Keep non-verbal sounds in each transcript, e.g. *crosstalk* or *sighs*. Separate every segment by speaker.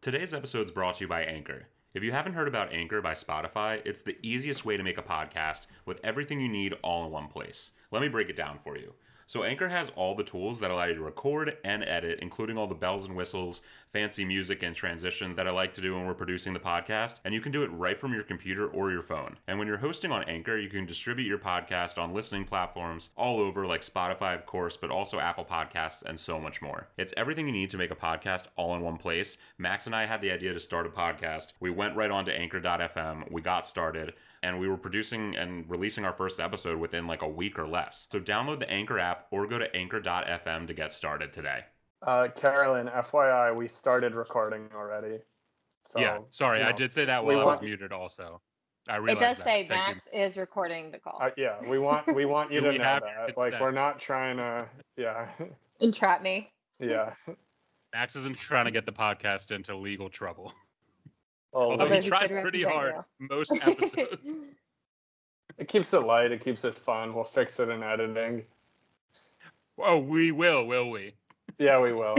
Speaker 1: Today's episode is brought to you by Anchor. If you haven't heard about Anchor by Spotify, it's the easiest way to make a podcast with everything you need all in one place. Let me break it down for you. So, Anchor has all the tools that allow you to record and edit, including all the bells and whistles, fancy music, and transitions that I like to do when we're producing the podcast. And you can do it right from your computer or your phone. And when you're hosting on Anchor, you can distribute your podcast on listening platforms all over, like Spotify, of course, but also Apple Podcasts and so much more. It's everything you need to make a podcast all in one place. Max and I had the idea to start a podcast. We went right on to anchor.fm, we got started, and we were producing and releasing our first episode within like a week or less. So, download the Anchor app or go to anchor.fm to get started today.
Speaker 2: Uh, Carolyn, FYI, we started recording already. So,
Speaker 3: yeah, sorry,
Speaker 2: you
Speaker 3: I
Speaker 2: know,
Speaker 3: did say that
Speaker 2: we
Speaker 3: while I was
Speaker 2: want-
Speaker 3: muted. Also, I
Speaker 4: It
Speaker 3: realized
Speaker 4: does
Speaker 3: that.
Speaker 4: say
Speaker 3: Thank you.
Speaker 4: Max is recording the call.
Speaker 2: uh, yeah, we want
Speaker 3: *laughs*
Speaker 2: we want you
Speaker 3: Do
Speaker 2: to
Speaker 3: we
Speaker 2: know
Speaker 3: have
Speaker 2: that.
Speaker 3: your
Speaker 2: Like,
Speaker 3: consent?
Speaker 2: we're not trying to. Yeah, *laughs*
Speaker 4: Entrap me.
Speaker 2: yeah.
Speaker 3: Max isn't trying to get the podcast into legal *laughs* trouble.
Speaker 2: Oh,
Speaker 3: Although
Speaker 4: Although
Speaker 3: he
Speaker 2: it
Speaker 4: he
Speaker 3: tries
Speaker 4: could
Speaker 3: pretty
Speaker 4: represent
Speaker 3: hard *laughs* most episodes.
Speaker 2: keeps it light. It keeps it fun. We'll fix it in editing.
Speaker 3: oh, we will, will we?
Speaker 2: Yeah, we will.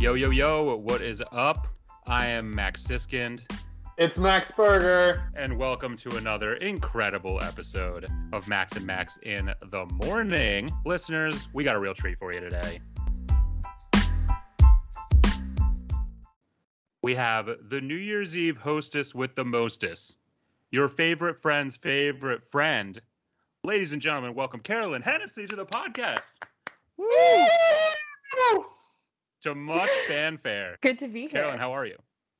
Speaker 3: Yo, yo, yo, what is up? I am Max Siskind,
Speaker 2: It's Max Berger.
Speaker 3: and welcome to another incredible episode of Max and Max in the Morning. Listeners, we got a real treat for you today. We have the New Year's Eve hostess with the mostess, your favorite friend's favorite friend. Ladies and gentlemen, welcome Carolyn Hennessy to the podcast. Woo! to much fanfare.
Speaker 4: *laughs* Good to be here.
Speaker 3: Carolyn, how are you?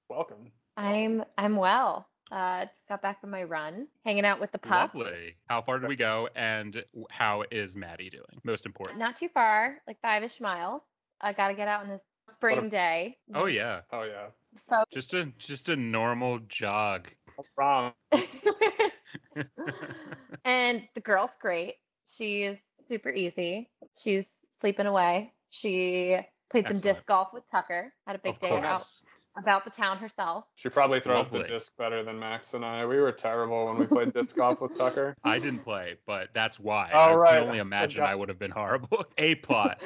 Speaker 2: Welcome.
Speaker 4: I'm I'm well. Uh, just got back from my run, hanging out with the pup.
Speaker 3: Lovely. How far did we go, and how is Maddie doing? Most important.
Speaker 4: Not too far, like five-ish miles. I got to get out on this spring day.
Speaker 3: Oh yeah,
Speaker 2: Oh yeah,
Speaker 4: So
Speaker 3: just a just a normal jog.
Speaker 2: Rom.
Speaker 4: *laughs*
Speaker 3: *laughs*
Speaker 4: and the girl's great. She's super easy. She's sleeping away. She played some
Speaker 3: Excellent.
Speaker 4: disc golf with Tucker. Had a big
Speaker 3: of
Speaker 4: day out
Speaker 3: course.
Speaker 4: about the
Speaker 3: *laughs*
Speaker 4: town herself. *laughs*
Speaker 2: She probably throws the
Speaker 3: Lovely.
Speaker 2: disc better than Max and I. We were terrible when we played disc golf with Tucker.
Speaker 3: I didn't play, but that's why.
Speaker 2: All
Speaker 3: I
Speaker 2: right.
Speaker 3: can only imagine
Speaker 2: Okay.
Speaker 3: I would have been horrible. *laughs* a plot.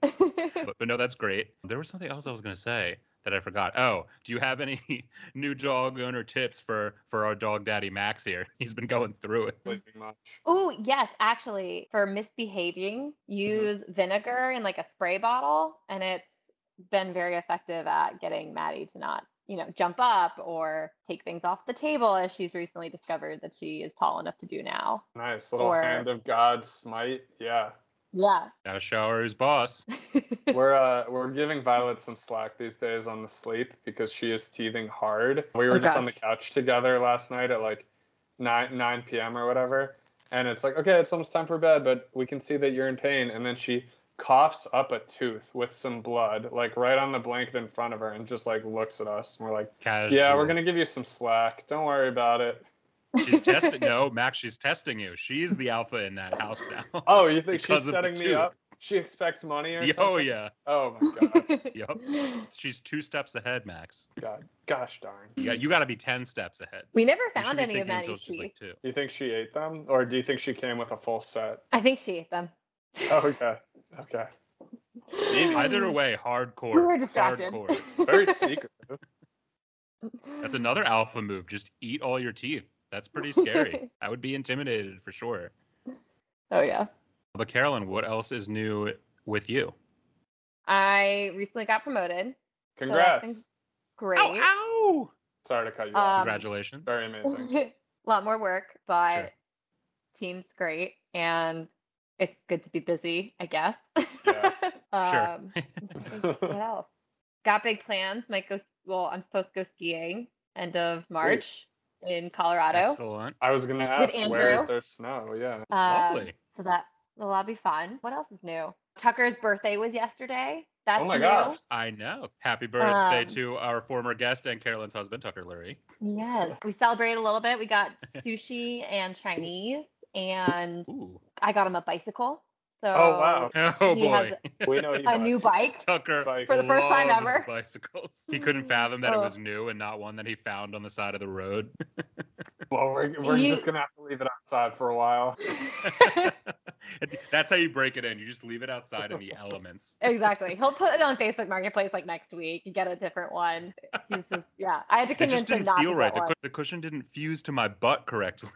Speaker 3: but, but no, that's great. There was something else I was gonna say that I forgot. Oh, do you have any *laughs* new dog owner tips for for our dog daddy Max here? *laughs* He's been going through it.
Speaker 2: Really much.
Speaker 4: Oh, yes, actually, for misbehaving, use vinegar in like a spray bottle, and it's been very effective at getting Maddie to not, you know, jump up or take things off the table as she's recently discovered that she is tall enough to do now.
Speaker 2: Nice little
Speaker 4: Or-
Speaker 2: hand of God smite. Yeah.
Speaker 4: Yeah.
Speaker 3: Gotta shower his boss.
Speaker 2: we're uh, we're giving Violet some slack these days on the sleep because she is teething hard. We were
Speaker 4: Oh,
Speaker 2: just on the
Speaker 4: gosh.
Speaker 2: couch together last night at like nine nine p.m. or whatever, and it's like okay, it's almost time for bed, but we can see that you're in pain, and then she coughs up a tooth with some blood like right on the blanket in front of her and just like looks at us and we're like
Speaker 3: Casual.
Speaker 2: yeah we're gonna give you some slack don't worry about it *laughs*
Speaker 3: She's testing. No, Max, she's testing you. She's the alpha in that house
Speaker 2: *laughs*
Speaker 3: now.
Speaker 2: oh you
Speaker 3: Because
Speaker 2: think she's
Speaker 3: of the
Speaker 2: setting me
Speaker 3: tooth.
Speaker 2: up she expects
Speaker 3: *laughs*
Speaker 2: money or
Speaker 3: Oh
Speaker 2: something
Speaker 3: yeah.
Speaker 2: oh my god
Speaker 4: *laughs*
Speaker 3: Yep. She's two steps ahead, Max.
Speaker 2: god gosh darn
Speaker 3: You got you got to be ten steps ahead.
Speaker 4: We never
Speaker 3: You should
Speaker 4: found
Speaker 3: be
Speaker 4: any of
Speaker 3: thinking until
Speaker 4: Maddie's
Speaker 3: she's
Speaker 4: teeth.
Speaker 3: like two.
Speaker 2: Do you think she ate them, or do you think she came with a full set?
Speaker 4: I think she ate them.
Speaker 2: Oh, okay, okay.
Speaker 4: *laughs*
Speaker 3: Either way, hardcore.
Speaker 4: we were distracted.
Speaker 3: Hardcore.
Speaker 2: Very
Speaker 4: *laughs*
Speaker 2: secret.
Speaker 3: That's another alpha move. Just eat all your teeth. That's pretty
Speaker 4: *laughs*
Speaker 3: scary. I would be intimidated for sure.
Speaker 4: Oh yeah.
Speaker 3: But Carolyn, what else is new with you?
Speaker 4: I recently got promoted. so that's
Speaker 2: Congrats.
Speaker 4: been great.
Speaker 3: Ow!
Speaker 2: Sorry to cut you off.
Speaker 4: Um,
Speaker 3: Congratulations.
Speaker 2: Very
Speaker 4: *laughs*
Speaker 2: amazing.
Speaker 4: a lot more work, but
Speaker 3: Sure.
Speaker 4: team's great and it's good to be busy, I guess.
Speaker 2: Yeah.
Speaker 3: Sure.
Speaker 4: *laughs* um, what else? Got big plans. Might go, well, I'm supposed to go skiing end of March in Colorado.
Speaker 3: Excellent.
Speaker 2: *laughs* I was gonna ask where
Speaker 4: Andrew.
Speaker 2: is there snow? Yeah.
Speaker 4: Uh,
Speaker 3: Lovely.
Speaker 4: So that will all be fun. What else is new? Tucker's birthday was yesterday. That's
Speaker 2: Oh my
Speaker 4: new.
Speaker 2: gosh.
Speaker 3: I know. Happy birthday
Speaker 4: Um,
Speaker 3: to our former guest and Carolyn's husband, Tucker Lurie.
Speaker 4: Yes. We celebrated a little
Speaker 2: *laughs*
Speaker 4: bit. We got sushi and Chinese and
Speaker 3: Ooh. *laughs*
Speaker 4: I got him a bicycle. So
Speaker 2: Oh, wow.
Speaker 3: Oh
Speaker 4: He has
Speaker 3: boy,
Speaker 2: We know he
Speaker 4: Um,
Speaker 2: *laughs*
Speaker 4: a new bike.
Speaker 3: Tucker
Speaker 2: Bike.
Speaker 4: For the first time
Speaker 3: loves
Speaker 4: ever.
Speaker 3: bicycles. He couldn't fathom that it
Speaker 4: Oh.
Speaker 3: was new and not one that he found on the side of the road.
Speaker 2: Well, we're, we're
Speaker 4: You-
Speaker 2: just gonna have to leave it outside for a while.
Speaker 3: That's how you break it in. You just leave it outside in
Speaker 4: *laughs*
Speaker 3: the elements.
Speaker 4: exactly. He'll put it on Facebook Marketplace like next week. You get a different one. He's just yeah. I had to
Speaker 3: It just
Speaker 4: convince him
Speaker 3: didn't
Speaker 4: not
Speaker 3: feel
Speaker 4: to
Speaker 3: right.
Speaker 4: get
Speaker 3: The,
Speaker 4: one.
Speaker 3: cu- the cushion didn't fuse to my butt correctly.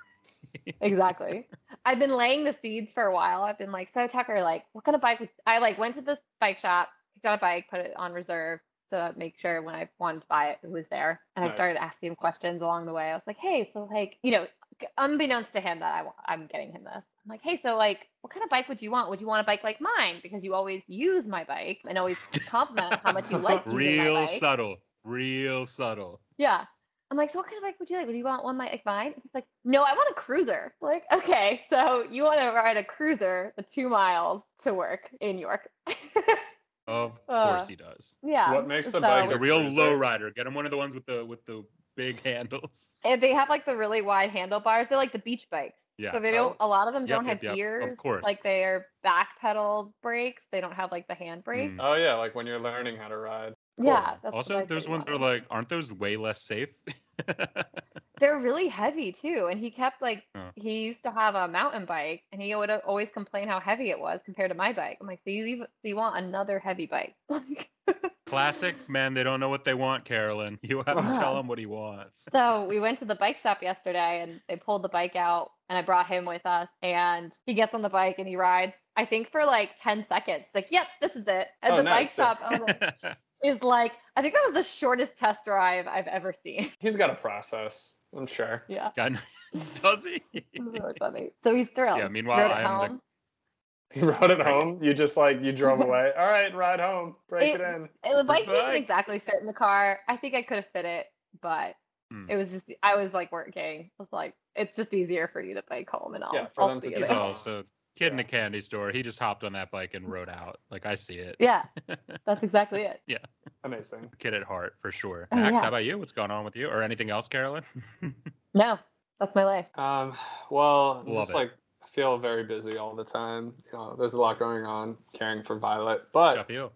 Speaker 4: exactly. I've been laying the seeds for a while. I've been like, so Tucker, like, what kind of bike? Would... I like went to this bike shop, picked out a bike, put it on reserve so that make sure when I wanted to buy it, it was there. And
Speaker 2: Nice.
Speaker 4: I started asking him questions along the way. I was like, hey, so like, you know, c- unbeknownst to him that I, wa- I'm getting him this. I'm like, hey, so like, what kind of bike would you want? Would you want a bike like mine? Because you always use my bike and always compliment how much *laughs* you like using my
Speaker 3: Real
Speaker 4: bike.
Speaker 3: subtle. Real subtle.
Speaker 4: Yeah. I'm like, so what kind of bike would you like? Would you want one like mine? He's like, no, I want a cruiser. I'm like, okay, *laughs* so you want to ride a cruiser the two miles to work in York.
Speaker 3: Of
Speaker 4: Uh,
Speaker 3: course he does.
Speaker 4: yeah.
Speaker 2: What makes a
Speaker 4: so-
Speaker 2: bike
Speaker 3: He's a
Speaker 2: like
Speaker 3: real
Speaker 2: cruiser.
Speaker 3: low rider. Get him one of the ones with the with the big *laughs* handles.
Speaker 4: And they have like the really wide handlebars. They're like the beach bikes.
Speaker 3: Yeah. oh,
Speaker 4: So they don't. A lot of them
Speaker 3: Yep,
Speaker 4: don't
Speaker 3: yep,
Speaker 4: have
Speaker 3: yep, of
Speaker 4: gears.
Speaker 3: course.
Speaker 4: Like they are back pedal brakes. They don't have like the hand brake.
Speaker 3: Mm.
Speaker 2: Oh yeah, like when you're learning how to ride.
Speaker 4: Yeah. that's the
Speaker 3: also,
Speaker 4: bike that
Speaker 3: those
Speaker 4: he
Speaker 3: ones are
Speaker 4: wanted.
Speaker 3: like, aren't those way less safe? *laughs*
Speaker 4: they're really heavy too and he kept like
Speaker 3: Oh.
Speaker 4: he used to have a mountain bike and he would always complain how heavy it was compared to my bike i'm like so you even so you want another heavy bike Like,
Speaker 3: Classic men, they don't know what they want, Carolyn. *laughs* You
Speaker 4: *laughs*
Speaker 3: have to
Speaker 4: Yeah.
Speaker 3: tell him what he wants.
Speaker 4: so we went to the bike shop yesterday and they pulled the bike out and i brought him with us and he gets on the bike and he rides i think for like 10 seconds like yep this is it at
Speaker 2: Oh,
Speaker 4: the
Speaker 2: nice.
Speaker 4: bike shop owner
Speaker 3: *laughs*
Speaker 4: is like i think that was the shortest test drive i've ever seen *laughs*
Speaker 2: He's got a process, I'm sure. *laughs*
Speaker 4: yeah
Speaker 3: God, *laughs* does he?
Speaker 4: it was really funny so he's thrilled
Speaker 3: Yeah, meanwhile,
Speaker 4: Rode it
Speaker 3: I am the-
Speaker 4: home.
Speaker 2: He rode it home. You just like you
Speaker 4: *laughs*
Speaker 2: drove away. All right, ride home. Break it,
Speaker 4: It-
Speaker 2: in.
Speaker 4: It, the bike didn't
Speaker 3: bike.
Speaker 4: exactly fit in the car. I think I could have fit it, but
Speaker 3: Hmm.
Speaker 4: it was just I was like working. I was like, it's just easier for you to bike home and all.
Speaker 2: Yeah, for
Speaker 4: I'll
Speaker 2: them to
Speaker 4: see you
Speaker 2: do
Speaker 3: He's
Speaker 4: later."
Speaker 2: that.
Speaker 3: also kid in a candy store. He just hopped on that bike and rode out. Like I see it.
Speaker 2: *laughs*
Speaker 4: *laughs* Yeah, that's exactly it.
Speaker 2: Amazing.
Speaker 3: Kid at heart for sure.
Speaker 4: Oh,
Speaker 3: Max,
Speaker 4: yeah.
Speaker 3: how about you? What's going on with you, or anything else, Carolyn? *laughs*
Speaker 4: No, that's my life. *laughs*
Speaker 2: Um, well, I'm
Speaker 3: Love
Speaker 2: just
Speaker 3: it.
Speaker 2: like I feel very busy all the time. You know, there's a lot going on caring for Violet, but
Speaker 3: Jeff, you?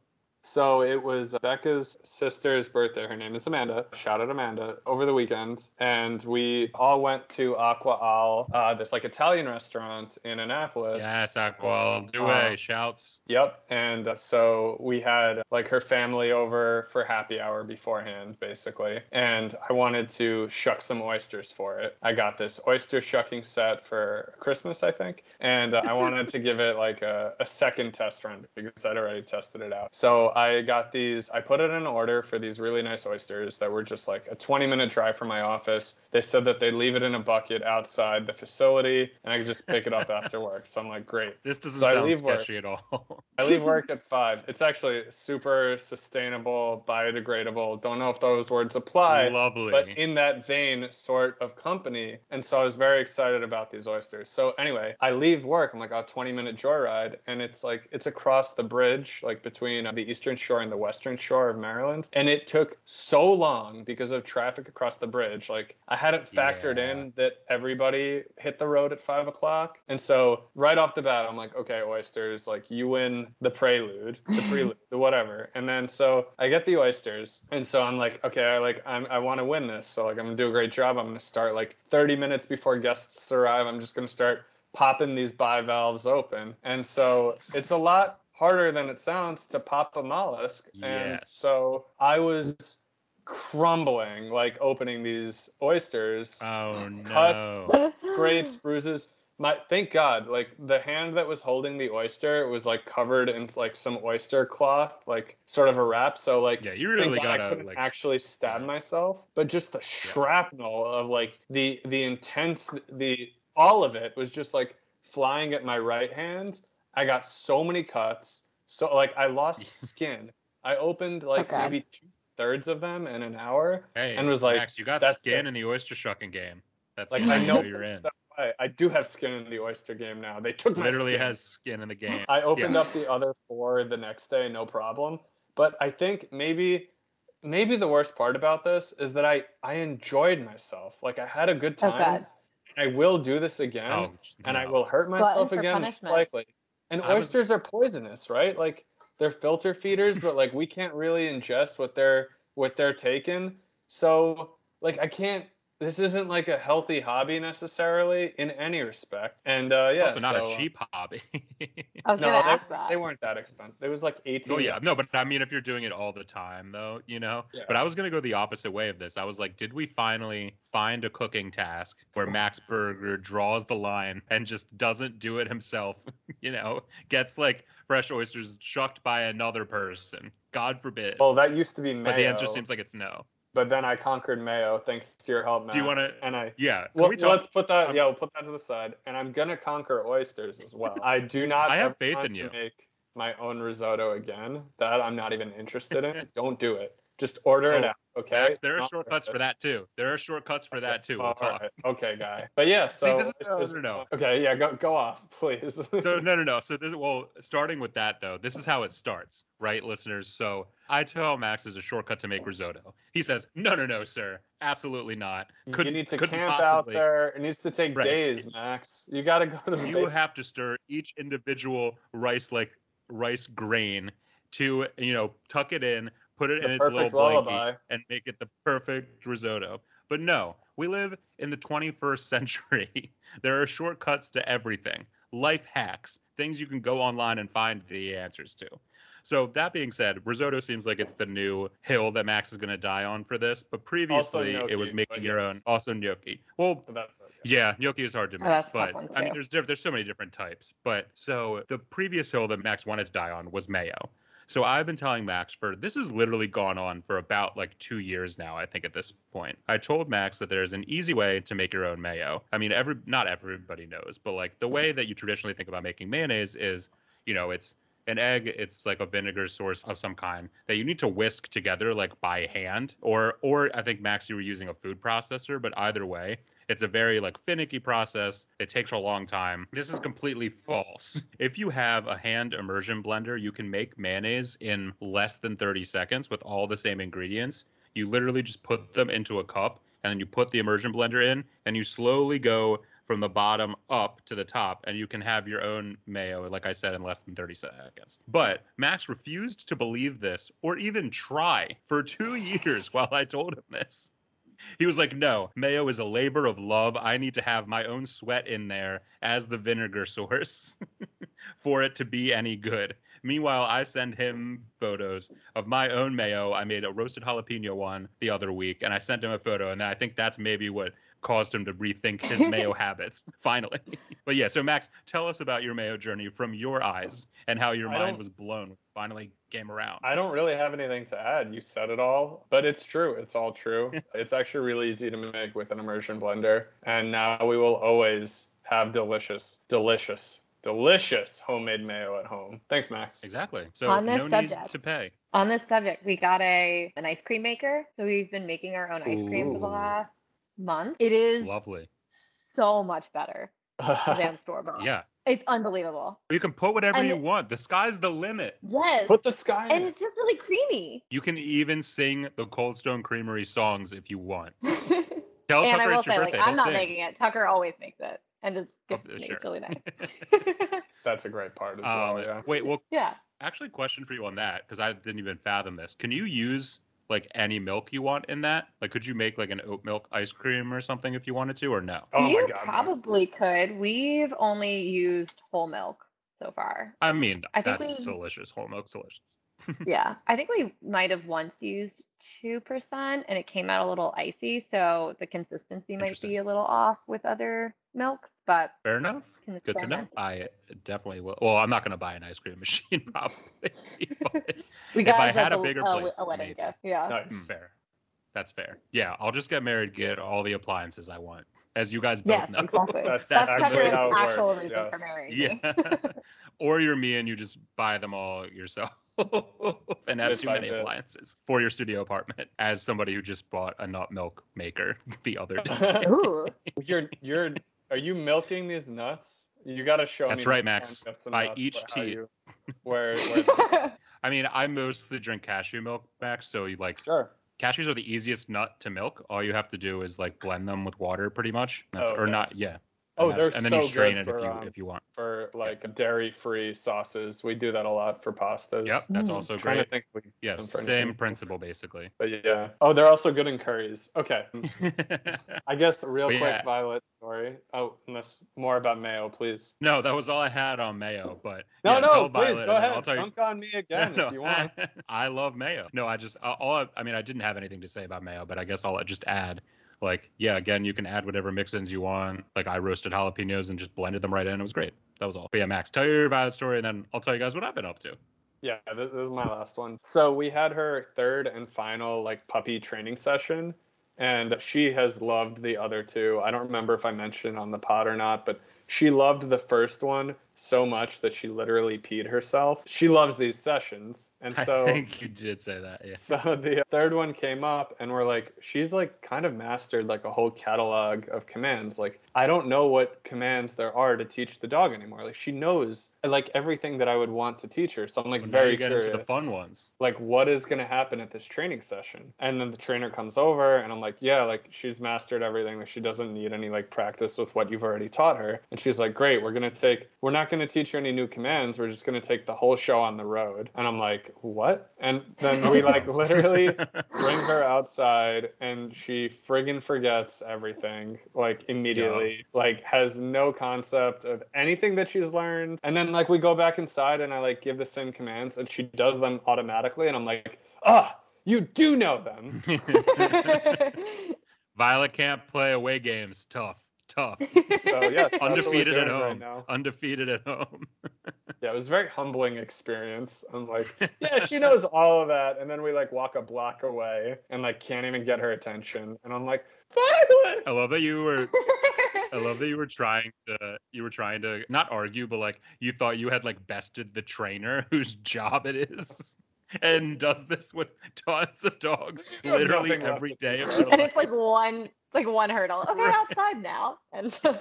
Speaker 2: So it was Becca's sister's birthday. Her name is Amanda. Shout out Amanda over the weekend, and we all went to Aqua Al, uh, this like Italian restaurant in Annapolis.
Speaker 3: Yes, Aqual. Do
Speaker 2: Uh,
Speaker 3: Shouts.
Speaker 2: Yep. And uh, so we had like her family over for happy hour beforehand, basically. And I wanted to shuck some oysters for it. I got this oyster shucking set for Christmas, I think. And uh, I wanted to give it like a, a second test run because I'd already tested it out. So I got these, I put it in order for these really nice oysters that were just like a 20 minute drive from my office. They said that they'd leave it in a bucket outside the facility and I could just pick it up after work. So I'm like, great.
Speaker 3: This doesn't
Speaker 2: So I
Speaker 3: sound
Speaker 2: leave work.
Speaker 3: sketchy at all. *laughs*
Speaker 2: I leave work at five. It's actually super sustainable, biodegradable. Don't know if those words apply,
Speaker 3: Lovely.
Speaker 2: but in that vein, sort of company. And so I was very excited about these oysters. So anyway, I leave work. I'm like, oh, 20 minute joyride. And it's like, it's across the bridge, like between the Eastern Shore and the Western Shore of Maryland. And it took so long because of traffic across the bridge. Like, I hadn't factored
Speaker 3: Yeah.
Speaker 2: in that everybody hit the road at five o'clock. And so right off the bat, I'm like, okay, oysters, like you win the prelude,
Speaker 3: *laughs*
Speaker 2: the prelude, the whatever. And then so I get the oysters. And so I'm like, okay, I like I'm, I want to win this. So like I'm gonna do a great job. I'm gonna start like 30 minutes before guests arrive. I'm just gonna start popping these bivalves open. And so it's
Speaker 3: *laughs*
Speaker 2: a lot harder than it sounds to pop a mollusk. And
Speaker 3: Yes.
Speaker 2: so I was crumbling like opening these oysters
Speaker 3: oh no.
Speaker 2: scrapes, bruises. My thank God, like the hand that was holding the oyster was like covered in like some oyster cloth, like sort of a wrap. So like
Speaker 3: Yeah, you
Speaker 2: thank
Speaker 3: really
Speaker 2: God I
Speaker 3: gotta
Speaker 2: couldn't
Speaker 3: like.
Speaker 2: actually stab
Speaker 3: yeah.
Speaker 2: myself, but just the shrapnel of like the the intense the all of it was just like flying at my right hand. I got so many cuts. So like
Speaker 3: *laughs*
Speaker 2: I lost skin. I opened like
Speaker 4: Oh, God.
Speaker 2: maybe two thirds of them in an hour.
Speaker 3: hey,
Speaker 2: and was like,
Speaker 3: Max, you got
Speaker 2: that's
Speaker 3: skin
Speaker 2: it.
Speaker 3: in the oyster shucking game. That's
Speaker 2: Like
Speaker 3: how
Speaker 2: I
Speaker 3: you
Speaker 2: know
Speaker 3: you're in.
Speaker 2: I, I do have skin in the oyster game now. They took my
Speaker 3: Literally
Speaker 2: skin.
Speaker 3: has skin in the
Speaker 2: *laughs*
Speaker 3: game.
Speaker 2: I opened
Speaker 3: Yeah.
Speaker 2: up the other four the next day, no problem. But I think maybe maybe the worst part about this is that I I enjoyed myself. Like I had a good
Speaker 4: Oh
Speaker 2: time.
Speaker 4: god.
Speaker 2: I will do this again,
Speaker 3: Oh,
Speaker 2: and I
Speaker 3: no.
Speaker 2: will hurt myself
Speaker 4: for
Speaker 2: again most
Speaker 4: punishment.
Speaker 2: likely. And
Speaker 3: I was-
Speaker 2: oysters are poisonous, right? Like they're filter feeders, but like we can't really ingest what they're what they're taking. So like I can't. This isn't like a healthy hobby necessarily in any respect. And uh, yeah,
Speaker 3: also not
Speaker 2: so,
Speaker 3: a cheap hobby. *laughs*
Speaker 4: I was
Speaker 2: No,
Speaker 4: gonna ask
Speaker 2: they,
Speaker 4: that.
Speaker 2: they weren't that expensive. It was like eighteen.
Speaker 3: oh yeah, no, but I mean, if you're doing it all the time, though, you know.
Speaker 2: Yeah.
Speaker 3: But I was gonna go the opposite way of this. I was like, did we finally find a cooking task where Max Berger draws the line and just doesn't do it himself? *laughs* You know, gets like fresh oysters shucked by another person. God forbid.
Speaker 2: Well, that used to be mayo.
Speaker 3: but the answer seems like it's no.
Speaker 2: But then I conquered mayo thanks to your help, Max.
Speaker 3: Do you wanna-
Speaker 2: And I.
Speaker 3: Yeah. Can
Speaker 2: Well,
Speaker 3: we talk-
Speaker 2: let's put that.
Speaker 3: I'm-
Speaker 2: Yeah, we'll put that to the side. And I'm gonna conquer oysters as well.
Speaker 3: *laughs*
Speaker 2: I do not.
Speaker 3: I have
Speaker 2: ever
Speaker 3: faith
Speaker 2: want
Speaker 3: in
Speaker 2: to
Speaker 3: you.
Speaker 2: Make my own risotto again. That I'm not even
Speaker 3: *laughs*
Speaker 2: interested in. Don't do it. Just order it
Speaker 3: Oh,
Speaker 2: out. Okay.
Speaker 3: Max, there are
Speaker 2: Not
Speaker 3: shortcuts
Speaker 2: worth
Speaker 3: for
Speaker 2: it.
Speaker 3: that too. There are shortcuts for that too. We'll
Speaker 2: Oh, all
Speaker 3: talk.
Speaker 2: right. Okay, guy. But
Speaker 3: *laughs*
Speaker 2: yeah.
Speaker 3: See,
Speaker 2: So
Speaker 3: this is- no,
Speaker 2: oysters-
Speaker 3: no, no.
Speaker 2: Okay. Yeah. Go go off, *laughs* please.
Speaker 3: so no no no so this well starting with that though this is how it starts right listeners so i tell max there's a shortcut to make risotto he says no no no sir absolutely not
Speaker 2: you need to
Speaker 3: couldn't
Speaker 2: camp
Speaker 3: possibly.
Speaker 2: out there. It needs to take
Speaker 3: Right.
Speaker 2: days, Max. You got to go to the.
Speaker 3: you
Speaker 2: basics.
Speaker 3: have to stir each individual rice like rice grain to you know tuck it in put it
Speaker 2: The
Speaker 3: in its little
Speaker 2: perfect
Speaker 3: blanket
Speaker 2: lullaby.
Speaker 3: *laughs* and make it the perfect risotto but no we live in the 21st *laughs* century there are shortcuts to everything life hacks things you can go online and find the answers to so that being said risotto seems like it's the new hill that max is going to die on for this but previously it was
Speaker 2: gnocchi,
Speaker 3: making
Speaker 2: but
Speaker 3: your
Speaker 2: yes.
Speaker 3: own also gnocchi well
Speaker 2: So that's it.
Speaker 3: yeah, gnocchi is hard to make.
Speaker 4: Oh, that's a tough
Speaker 3: but
Speaker 4: one,
Speaker 3: I mean,
Speaker 4: too.
Speaker 3: there's diff- there's so many different types. But so the previous hill that Max wanted to die on was mayo. So I've been telling Max for this has literally gone on for about like two years now. I think at this point, I told Max that there's an easy way to make your own mayo. I mean, every not everybody knows, but like the way that you traditionally think about making mayonnaise is, you know, it's an egg it's like a vinegar source of some kind that you need to whisk together like by hand or or i think max you were using a food processor but either way it's a very like finicky process it takes a long time this is completely false *laughs* if you have a hand immersion blender you can make mayonnaise in less than 30 seconds with all the same ingredients you literally just put them into a cup and then you put the immersion blender in and you slowly go from the bottom up to the top and you can have your own mayo like i said in less than 30 seconds but max refused to believe this or even try for two *laughs* years while i told him this he was like no mayo is a labor of love i need to have my own sweat in there as the vinegar source *laughs* for it to be any good meanwhile i send him photos of my own mayo i made a roasted jalapeno one the other week and i sent him a photo and i think that's maybe what caused him to rethink
Speaker 4: *laughs*
Speaker 3: his mayo habits *laughs* finally. But yeah, so Max, tell us about your mayo journey from your eyes and how your
Speaker 2: I
Speaker 3: mind
Speaker 2: don't-
Speaker 3: was blown when it finally came around.
Speaker 2: I don't really have anything to add. You said it all, but it's true. It's all
Speaker 3: *laughs*
Speaker 2: true. it's actually really easy to make with an immersion blender. And now we will always have delicious, delicious, delicious homemade mayo at home. Thanks, Max. *laughs*
Speaker 3: exactly. So
Speaker 4: On this
Speaker 3: no need
Speaker 4: subject.
Speaker 3: to pay.
Speaker 4: On this subject, we got a an ice cream maker. So we've been making our own ice cream for the
Speaker 3: Ooh.
Speaker 4: last month. It is
Speaker 3: Lovely.
Speaker 4: so much better than store bought.
Speaker 3: Yeah.
Speaker 4: It's unbelievable.
Speaker 3: You can put whatever
Speaker 4: And
Speaker 3: you
Speaker 4: it-
Speaker 3: want. The sky's the limit.
Speaker 4: Yes.
Speaker 2: Put the sky
Speaker 4: and
Speaker 2: in. it.
Speaker 4: it's just really creamy.
Speaker 3: You can even sing the Cold Stone Creamery songs if you want.
Speaker 4: *laughs*
Speaker 3: Tell
Speaker 4: and I
Speaker 3: Tucker
Speaker 4: will
Speaker 3: it's your
Speaker 4: say, like,
Speaker 3: birthday.
Speaker 4: I'm
Speaker 3: He'll
Speaker 4: not
Speaker 3: sing.
Speaker 4: making it. Tucker always makes it and just
Speaker 3: Oh,
Speaker 4: gives it to me.
Speaker 3: sure.
Speaker 4: It's really nice.
Speaker 3: *laughs*
Speaker 4: *laughs*
Speaker 2: That's a great part as
Speaker 3: Um,
Speaker 2: well. Yeah.
Speaker 3: Wait, well,
Speaker 4: yeah.
Speaker 3: actually, question for you on that because I didn't even fathom this. Can you use like any milk you want in that? Like, could you make like an oat milk ice cream or something if you wanted to, or no?
Speaker 2: Oh
Speaker 4: you
Speaker 2: my God.
Speaker 4: probably could. We've only used whole milk so
Speaker 3: *laughs*
Speaker 4: far.
Speaker 3: I mean,
Speaker 4: I think
Speaker 3: that's
Speaker 4: we-
Speaker 3: delicious. Whole milk's delicious.
Speaker 4: yeah. I think we might have once used 2% and it came out a little icy. So the consistency might
Speaker 3: Interesting.
Speaker 4: be a little off with other milks, but
Speaker 3: Fair enough.
Speaker 4: can
Speaker 3: Good to know.
Speaker 4: experiment.
Speaker 3: I definitely will. Well, I'm not going to buy an ice cream *laughs* machine,
Speaker 4: *laughs*
Speaker 3: probably. but
Speaker 4: we
Speaker 3: If
Speaker 4: got
Speaker 3: I
Speaker 4: it as
Speaker 3: had a
Speaker 4: l-
Speaker 3: bigger place,
Speaker 4: a wedding
Speaker 3: maybe.
Speaker 4: gift. Yeah.
Speaker 2: Nice.
Speaker 3: Mm. fair. That's fair. Yeah, I'll just get married, get all the appliances I want, as you guys both *laughs*
Speaker 4: Yes,
Speaker 3: know.
Speaker 4: exactly.
Speaker 2: That's-
Speaker 4: That's,
Speaker 3: that's
Speaker 4: Tucker's
Speaker 3: really how
Speaker 2: it
Speaker 4: actual
Speaker 2: works,
Speaker 4: reason for
Speaker 2: yes.
Speaker 4: marrying me.
Speaker 3: Yeah. *laughs* or you're me and you just buy them all yourself *laughs* and have
Speaker 2: Bit
Speaker 3: too
Speaker 2: by
Speaker 3: many
Speaker 2: bit.
Speaker 3: appliances for your studio apartment *laughs* as somebody who just bought a nut milk maker *laughs* the other day.
Speaker 4: Ooh.
Speaker 2: *laughs*
Speaker 3: *laughs*
Speaker 2: you're you're are you milking these nuts? You got to show me.
Speaker 3: That's right,
Speaker 2: next
Speaker 3: Max.
Speaker 2: time you have some
Speaker 3: By
Speaker 2: nuts
Speaker 3: each
Speaker 2: where- how
Speaker 3: tea.
Speaker 2: you- Where,
Speaker 4: *laughs*
Speaker 2: where
Speaker 3: I mean, I mostly drink cashew milk, Max, so you like
Speaker 2: sure.
Speaker 3: cashews are the easiest nut to milk. All you have to do is like blend them with water, pretty much. That's,
Speaker 2: Oh,
Speaker 3: Or
Speaker 2: okay.
Speaker 3: not, yeah.
Speaker 2: Oh,
Speaker 3: that's-
Speaker 2: they're
Speaker 3: and then
Speaker 2: so
Speaker 3: you strain
Speaker 2: good
Speaker 3: it if
Speaker 2: for,
Speaker 3: you
Speaker 2: um,
Speaker 3: if you want.
Speaker 2: for like dairy-free sauces. We do that a lot for pastas.
Speaker 3: Yep, that's
Speaker 4: Mm.
Speaker 3: also
Speaker 2: I'm trying
Speaker 3: great.
Speaker 2: to think. if we-
Speaker 3: Yeah,
Speaker 2: I'm trying to
Speaker 3: same
Speaker 2: think.
Speaker 3: principle
Speaker 2: *laughs*
Speaker 3: basically. *laughs*
Speaker 2: But yeah. Oh, they're also good in curries. Okay. I guess real
Speaker 3: Mm. But
Speaker 2: quick,
Speaker 3: yeah.
Speaker 2: Violet story. Oh, unless more about mayo, please.
Speaker 3: no, that was all I had on mayo, but
Speaker 2: No,
Speaker 3: yeah,
Speaker 2: no,
Speaker 3: tell
Speaker 2: please
Speaker 3: Violet, and
Speaker 2: go
Speaker 3: then
Speaker 2: ahead.
Speaker 3: I'll tell you
Speaker 2: Dunk on me again
Speaker 3: *laughs* No,
Speaker 2: if you
Speaker 3: no,
Speaker 2: want.
Speaker 3: I, love mayo. No, I just uh, all I, I mean I didn't have anything to say about mayo, but I guess I'll just add like yeah, again you can add whatever mix-ins you want. Like I roasted jalapenos and just blended them right in. It was great. That was all. But yeah, Max, tell your Violet story and then I'll tell you guys what I've been up to. *laughs*
Speaker 2: Yeah, this, this is my last one. So we had her third and final like puppy training session, and she has loved the other two. I don't remember if I mentioned on the pod or not, but she loved the first one so much that she literally peed herself. She loves these sessions, and so
Speaker 3: *laughs* I think you did say that. Yeah.
Speaker 2: so the third one came up and we're like she's like kind of mastered like a whole catalog of commands like i don't know what commands there are to teach the dog anymore like she knows like everything that i would want to teach her so i'm like
Speaker 3: Well, now
Speaker 2: very
Speaker 3: you get
Speaker 2: curious
Speaker 3: into the fun ones.
Speaker 2: like what is going to happen at this training session and then the trainer comes over and i'm like yeah like she's mastered everything like she doesn't need any like practice with what you've already taught her and she's like great we're going to take we're not going to teach her any new commands we're just going to take the whole show on the road and i'm like what and then we like literally brings her outside and she friggin' forgets everything like immediately like has no concept of anything that she's learned and then like we go back inside and i like give the same commands and she does them automatically and i'm like ah you do know them
Speaker 3: *laughs* Violet can't play away games. Tough,
Speaker 2: *laughs*
Speaker 3: tough.
Speaker 2: so
Speaker 3: *laughs*
Speaker 2: yeah that's what we're
Speaker 3: Undefeated at
Speaker 2: doing right
Speaker 3: home.
Speaker 2: now.
Speaker 3: Undefeated at home.
Speaker 2: yeah it was a very humbling experience
Speaker 3: *laughs*
Speaker 2: i'm like yeah she knows all of that and then we like walk a block away and like can't even get her attention and i'm like Violet!
Speaker 3: I love that you were I love that you were trying to you were trying to not argue, but like you thought you had like bested the trainer *laughs* whose job it is and does this with tons of dogs
Speaker 2: You have
Speaker 3: literally
Speaker 2: nothing left
Speaker 3: every
Speaker 2: to do.
Speaker 3: day. Of their
Speaker 4: and
Speaker 3: life.
Speaker 4: it's like one like one hurdle. Okay,
Speaker 3: Right.
Speaker 4: outside now, and just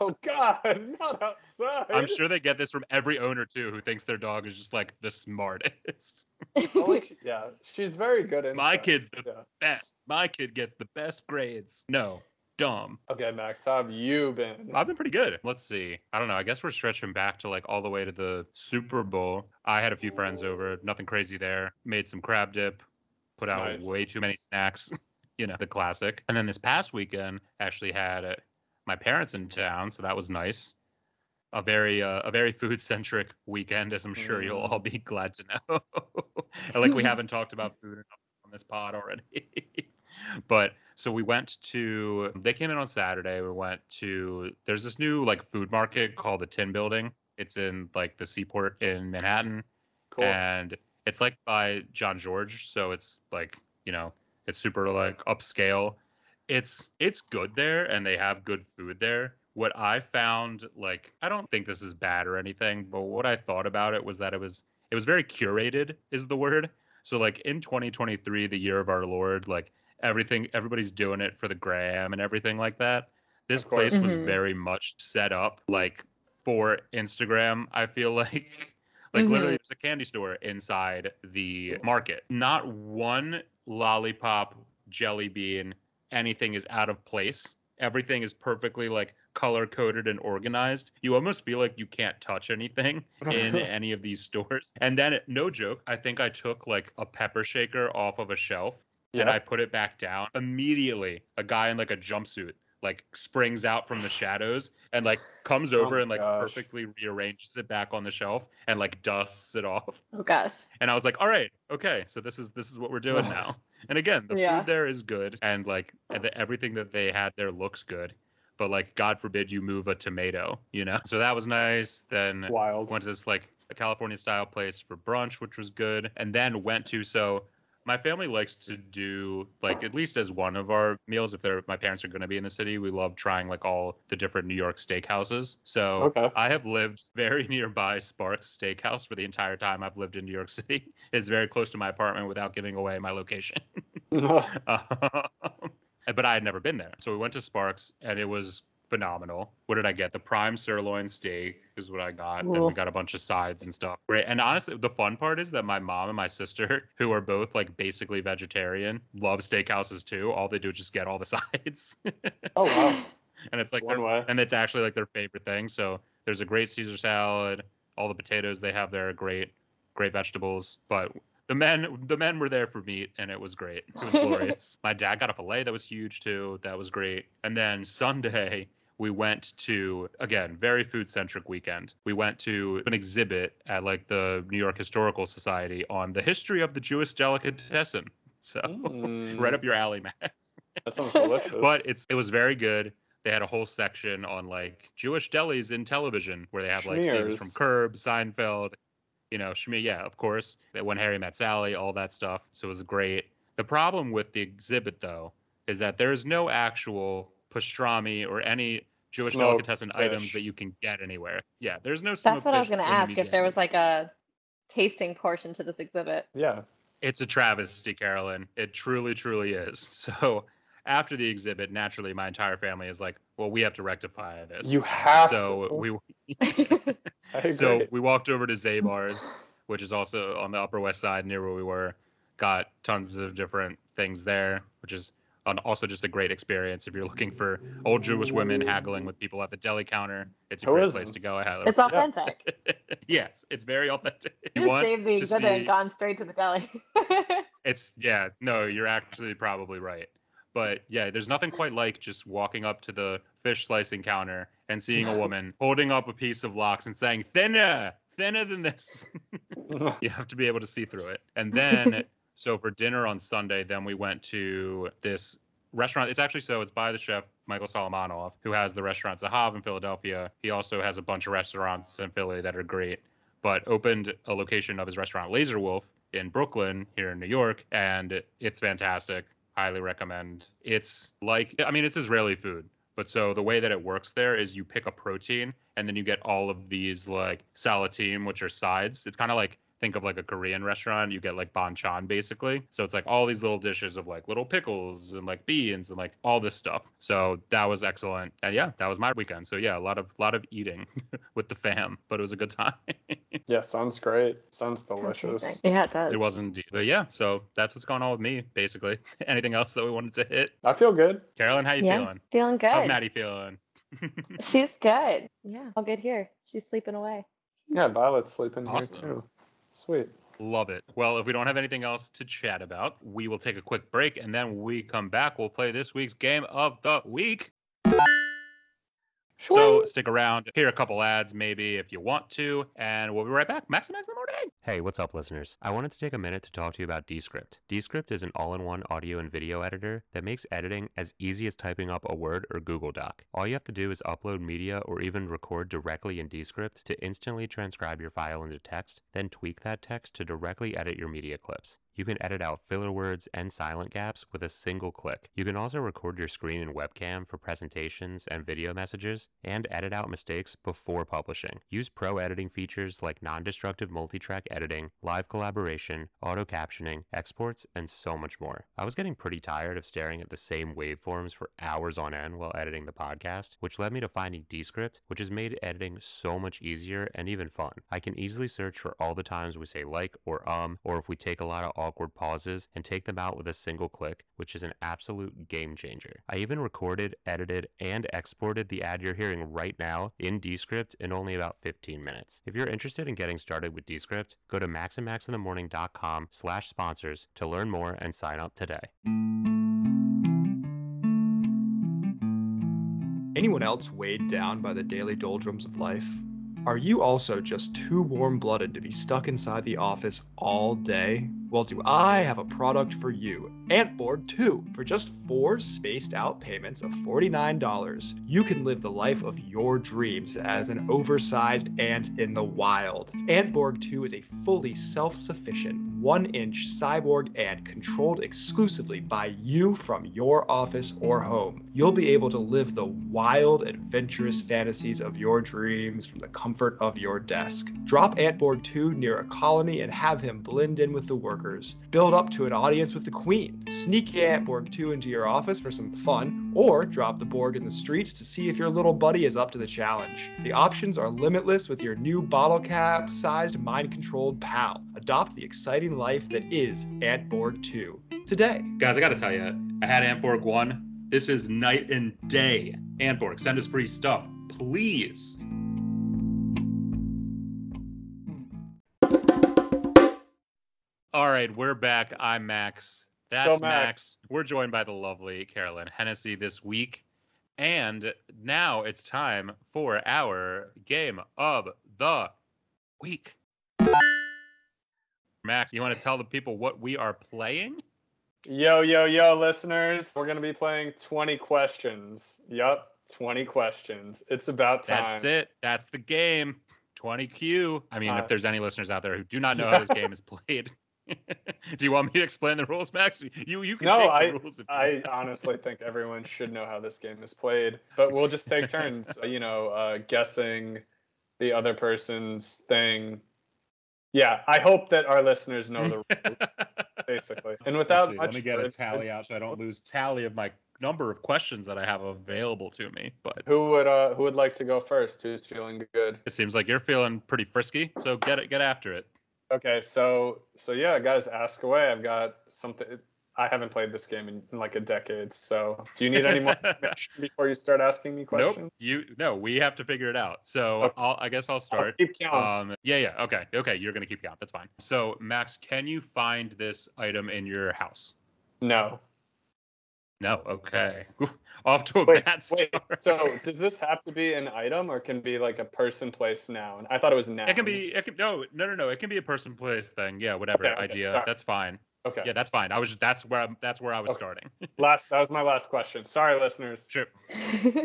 Speaker 2: oh god *laughs* not outside
Speaker 3: I'm sure they get this from every owner too who thinks their dog is just like the smartest.
Speaker 2: Only *laughs* she- yeah, she's very good in
Speaker 3: My
Speaker 2: stuff.
Speaker 3: kid's the
Speaker 2: Yeah.
Speaker 3: best. My kid gets the best grades. No, dumb.
Speaker 2: Okay, Max, how have you been?
Speaker 3: I've been pretty good. Let's see. I don't know. I guess we're stretching back to like all the way to the Super Bowl. I had a few friends over. Nothing crazy there. Made some crab dip. Put out
Speaker 2: Nice.
Speaker 3: way too many snacks. *laughs* you know, the classic. And then this past weekend, actually had uh, my parents in town, so that was nice. A very uh, a very food centric weekend, as I'm sure you'll
Speaker 2: Mm.
Speaker 3: all be glad to know. *laughs* And, like we haven't talked about food enough on this pod already. *laughs* but so we went to they came in on saturday we went to there's this new like food market called the tin building it's in like the seaport in manhattan
Speaker 2: cool.
Speaker 3: and it's like by john george so it's like you know it's super like upscale it's it's good there and they have good food there what i found like i don't think this is bad or anything but what i thought about it was that it was it was very curated is the word so like in 2023 the year of our lord like everything everybody's doing it for the gram and everything like that this
Speaker 2: Of course.
Speaker 3: place was
Speaker 4: Mhm.
Speaker 3: very much set up like for instagram i feel *laughs* like like
Speaker 4: Mhm.
Speaker 3: literally there's a candy store inside the market not one lollipop jelly bean anything is out of place everything is perfectly like color coded and organized you almost feel like you can't touch anything
Speaker 2: *laughs*
Speaker 3: in any of these stores. *laughs* And then, no joke, I think I took like a pepper shaker off of a shelf and I
Speaker 2: yeah.
Speaker 3: put it back down. Immediately, a guy in like a jumpsuit like springs out from the shadows and like comes
Speaker 2: Oh
Speaker 3: over
Speaker 2: my
Speaker 3: and like
Speaker 2: gosh.
Speaker 3: perfectly rearranges it back on the shelf and like dusts it off. *laughs*
Speaker 4: oh gosh,
Speaker 3: And I was like, all right, okay, so this is this is what we're doing now. And again, the
Speaker 4: Yeah.
Speaker 3: food there is good, and like and the, everything that they had there looks good. But like, God forbid you move a tomato, you know. So that was nice. Then
Speaker 2: *laughs* Wild. Oh,
Speaker 3: went to this like California style place for brunch, which was good, and then went to so my family likes to do like at least as one of our meals if they're my parents are going to be in the city we love trying like all the different new york steakhouses so
Speaker 2: *laughs* Okay.
Speaker 3: i have lived very *laughs* nearby sparks steakhouse for the entire time i've lived in new york city it's very close to my apartment without giving away my location um, *laughs* but I had never been there. So we went to Sparks and it was phenomenal. What did I get? The prime sirloin steak is what I got. Then
Speaker 4: Cool.
Speaker 3: we got a bunch of sides and stuff. Right. And honestly, the fun part is that my mom and my sister, *laughs* who are both like basically vegetarian, love steakhouses too. All they do is just get all the *laughs* sides.
Speaker 2: *laughs*
Speaker 4: *laughs*
Speaker 2: oh wow.
Speaker 3: and it's like
Speaker 2: one
Speaker 3: their-
Speaker 2: way.
Speaker 3: and it's actually like their favorite thing. So there's a great Caesar salad. All the potatoes they have there are great, great vegetables. But the men, the men were there for meat, and it was great. It was glorious. My dad got a fillet that was huge too. That was great. And then Sunday we went to again very food centric weekend. We went to an exhibit at like the New York Historical Society on the history of the Jewish delicatessen. So *laughs*
Speaker 2: Mm,
Speaker 3: right up your alley, Max
Speaker 2: That sounds delicious.
Speaker 3: but it's it was very good. They had a whole section on like Jewish delis in television where they have like scenes
Speaker 2: Schmears.
Speaker 3: from Curb, Seinfeld, you know, Shmi, yeah, of course. That when Harry met Sally, all that stuff. So it was great. The problem with the exhibit though is that there is no actual pastrami or any Jewish
Speaker 2: Smoked
Speaker 3: delicatessen
Speaker 2: fish.
Speaker 3: items that you can get anywhere. Yeah, there's no.
Speaker 4: That's what I was
Speaker 3: going
Speaker 4: gonna
Speaker 3: to
Speaker 4: ask if there was like a tasting portion to this
Speaker 3: *laughs*
Speaker 4: exhibit. *laughs*
Speaker 2: yeah,
Speaker 3: it's a travesty, Carolyn. It truly, truly is. So after the exhibit, naturally, my entire family is like, "Well, we have to rectify this."
Speaker 2: you have
Speaker 3: so
Speaker 2: to.
Speaker 3: we
Speaker 2: *laughs* I agree.
Speaker 3: so we walked over to Zabar's,
Speaker 2: *laughs*
Speaker 3: which is also on the Upper West Side near where we were. Got tons of different things there, which is an, also just a great experience if you're looking for old Jewish women haggling with people at the deli counter. It's a
Speaker 2: Who
Speaker 3: great
Speaker 2: isn't?
Speaker 3: place to go. I highly
Speaker 4: it's authentic.
Speaker 3: *laughs* yes, it's very authentic. You
Speaker 4: You
Speaker 3: want
Speaker 4: saved the
Speaker 3: to
Speaker 4: exhibit
Speaker 3: see-
Speaker 4: and gone straight to the deli. *laughs*
Speaker 3: It's yeah, no, you're actually probably right. But yeah, there's nothing quite like just walking up to the fish slicing counter and seeing a woman holding up a piece of lox and saying thinner, thinner than this. *laughs* you have to be able to see through it. And then so for dinner on Sunday, then we went to this restaurant. It's actually so it's by the chef Michael Solomonov, who has the restaurant Zahav in Philadelphia. He also has a bunch of restaurants in Philly that are great, but opened a location of his restaurant Laser Wolf in Brooklyn here in New York, and it's fantastic. Highly recommend. It's like I mean, it's Israeli food. But so the way that it works there is you pick a protein and then you get all of these like salatim, which are sides. It's kind of like think of like a Korean restaurant. You get like banchan basically. So it's like all these little dishes of like little pickles and like beans and like all this stuff. So that was excellent. And yeah, that was my weekend. So yeah, a lot of lot of eating *laughs* with the fam, but it was a good time.
Speaker 2: *laughs* yeah, sounds great. Sounds
Speaker 4: Sounds
Speaker 2: delicious.
Speaker 4: amazing. Yeah, it does.
Speaker 3: it was indeed. But yeah, so that's what's going on with me basically. *laughs* Anything else that we wanted to hit?
Speaker 2: I feel good.
Speaker 3: Carolyn, how you
Speaker 4: Yeah.
Speaker 3: feeling?
Speaker 4: Feeling good.
Speaker 3: How's Maddie feeling?
Speaker 4: She's good. Yeah, all good here. She's sleeping
Speaker 3: *laughs*
Speaker 4: away. *laughs*
Speaker 2: Yeah, Violet's sleeping
Speaker 3: Awesome.
Speaker 2: here too. Sweet.
Speaker 3: Love it. Well, if we don't have anything else to chat about, we will take a quick break and then when we come back. We'll play this week's game of the week. So stick around, hear a couple ads maybe if you want to, and we'll be right back. Maximize the morning. Hey, what's up, listeners? I wanted to take a minute to talk to you about Descript. Descript is an all in one audio and video editor that makes editing as easy as typing up a Word or Google Doc. All you have to do is upload media or even record directly in Descript to instantly transcribe your file into text, then tweak that text to directly edit your media clips. You can edit out filler words and silent gaps with a single click. You can also record your screen and webcam for presentations and video messages and edit out mistakes before publishing. Use pro editing features like non destructive multi track editing, live collaboration, auto captioning, exports, and so much more. I was getting pretty tired of staring at the same waveforms for hours on end while editing the podcast, which led me to finding Descript, which has made editing so much easier and even fun. I can easily search for all the times we say like or um, or if we take a lot of awkward pauses and take them out with a single click, which is an absolute game changer. I even recorded, edited, and exported the ad you're hearing right now in Descript in only about 15 minutes. If you're interested in getting started with Descript, go to maxandmaxinthemorning.com slash sponsors to learn more and sign up today.
Speaker 5: Anyone else weighed down by the daily doldrums of life? Are you also just too warm blooded to be stuck inside the office all day? Well, do I have a product for you? Antboard 2. For just four spaced out payments of $49, you can live the life of your dreams as an oversized ant in the wild. Antborg 2 is a fully self sufficient, one inch cyborg ant controlled exclusively by you from your office or home. You'll be able to live the wild, adventurous fantasies of your dreams from the comfort of your desk. Drop Antborg 2 near a colony and have him blend in with the workers. Build up to an audience with the queen. Sneak Antborg 2 into your office for some fun, or drop the Borg in the streets to see if your little buddy is up to the challenge. The options are limitless with your new bottle cap sized mind controlled pal. Adopt the exciting life that is Antborg 2 today.
Speaker 3: Guys, I gotta tell you, I had Antborg 1. This is night and day
Speaker 6: Anborg, send us free stuff, please. All right, we're back. I'm Max. That's
Speaker 2: Still Max.
Speaker 6: Max. We're joined by the lovely Carolyn Hennessy this week. And now it's time for our game of the week. Max, you want to tell the people what we are playing?
Speaker 2: Yo, yo, yo, listeners. We're going to be playing 20 questions. Yup, 20 questions. It's about time.
Speaker 6: That's it. That's the game. 20Q. I mean,
Speaker 2: Uh,
Speaker 6: if there's any listeners out there who do not know
Speaker 2: *laughs*
Speaker 6: how this game is played, *laughs* do you want me to explain the rules, Max? You you can
Speaker 2: No,
Speaker 6: take the
Speaker 2: I-
Speaker 6: rules. If you
Speaker 2: I
Speaker 6: want.
Speaker 2: honestly think everyone should know how this game is played, but we'll just take
Speaker 6: *laughs*
Speaker 2: turns, uh, you know, uh, guessing the other person's thing. Yeah, I hope that our listeners know the rules,
Speaker 6: *laughs*
Speaker 2: basically. And without
Speaker 6: Actually,
Speaker 2: much
Speaker 6: let me get a
Speaker 2: further-
Speaker 6: tally out so I don't lose tally of my number of questions that I have available to me. But
Speaker 2: Who would uh, who would like to go first? Who's feeling good?
Speaker 6: it seems like you're feeling pretty frisky, so get it, get after it.
Speaker 2: Okay, so so yeah, guys, ask away. I've got something. I haven't played this game in, in like a decade. So, do you need any
Speaker 6: *laughs*
Speaker 2: more *laughs* information before you start asking me questions?
Speaker 6: Nope, you no, we have to figure it out. So
Speaker 2: Okay.
Speaker 6: I'll, I guess I'll
Speaker 2: I'll
Speaker 6: start.
Speaker 2: Keep count.
Speaker 6: Um, yeah, yeah. Okay, okay. You're gonna keep count. That's fine. So Max, can you find this item in your house?
Speaker 2: no.
Speaker 6: No. Okay. *laughs* Oof, Off to a
Speaker 2: Wait,
Speaker 6: bad start.
Speaker 2: wait, So, does this have to be an item or can be like a person, place, noun? I thought it was noun.
Speaker 6: It can be. It can no, no, no, no. It can be a person, place, thing. Yeah, whatever.
Speaker 2: Okay, okay,
Speaker 6: idea.
Speaker 2: sorry.
Speaker 6: That's fine.
Speaker 2: Okay.
Speaker 6: Yeah, that's fine. I was just. That's where. I'm, that's where I was
Speaker 2: Okay.
Speaker 6: starting.
Speaker 2: Last. That was my last question. Sorry, listeners.
Speaker 6: Sure.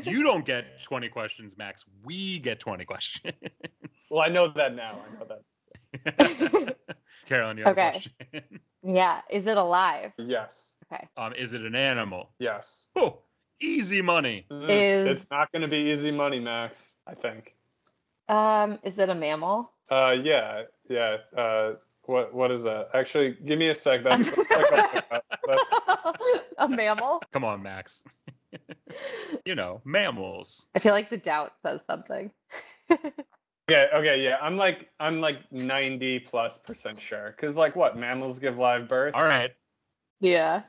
Speaker 6: You don't get 20 questions, Max. We get 20 *laughs* questions.
Speaker 2: Well, I know that now. I know that.
Speaker 6: Carolyn, you have
Speaker 4: Okay.
Speaker 6: a question.
Speaker 4: yeah. Is it alive?
Speaker 2: Yes.
Speaker 4: Okay.
Speaker 6: Um, is it an animal?
Speaker 2: Yes.
Speaker 6: Oh, easy money.
Speaker 2: Mm,
Speaker 4: Is-
Speaker 2: It's not going to be easy money, Max. I think.
Speaker 4: Um, is it a mammal? *laughs*
Speaker 2: Uh, yeah, yeah. Uh, what what is that? Actually, give me a sec. That's, that's like
Speaker 6: *laughs*
Speaker 2: a- that's
Speaker 4: a mammal?
Speaker 6: Come on, Max. *laughs* You know, mammals.
Speaker 4: I feel like the doubt says something.
Speaker 2: okay. Okay, yeah. I'm like I'm like ninety plus percent sure. Cause like what mammals give live birth?
Speaker 6: All right.
Speaker 4: yeah.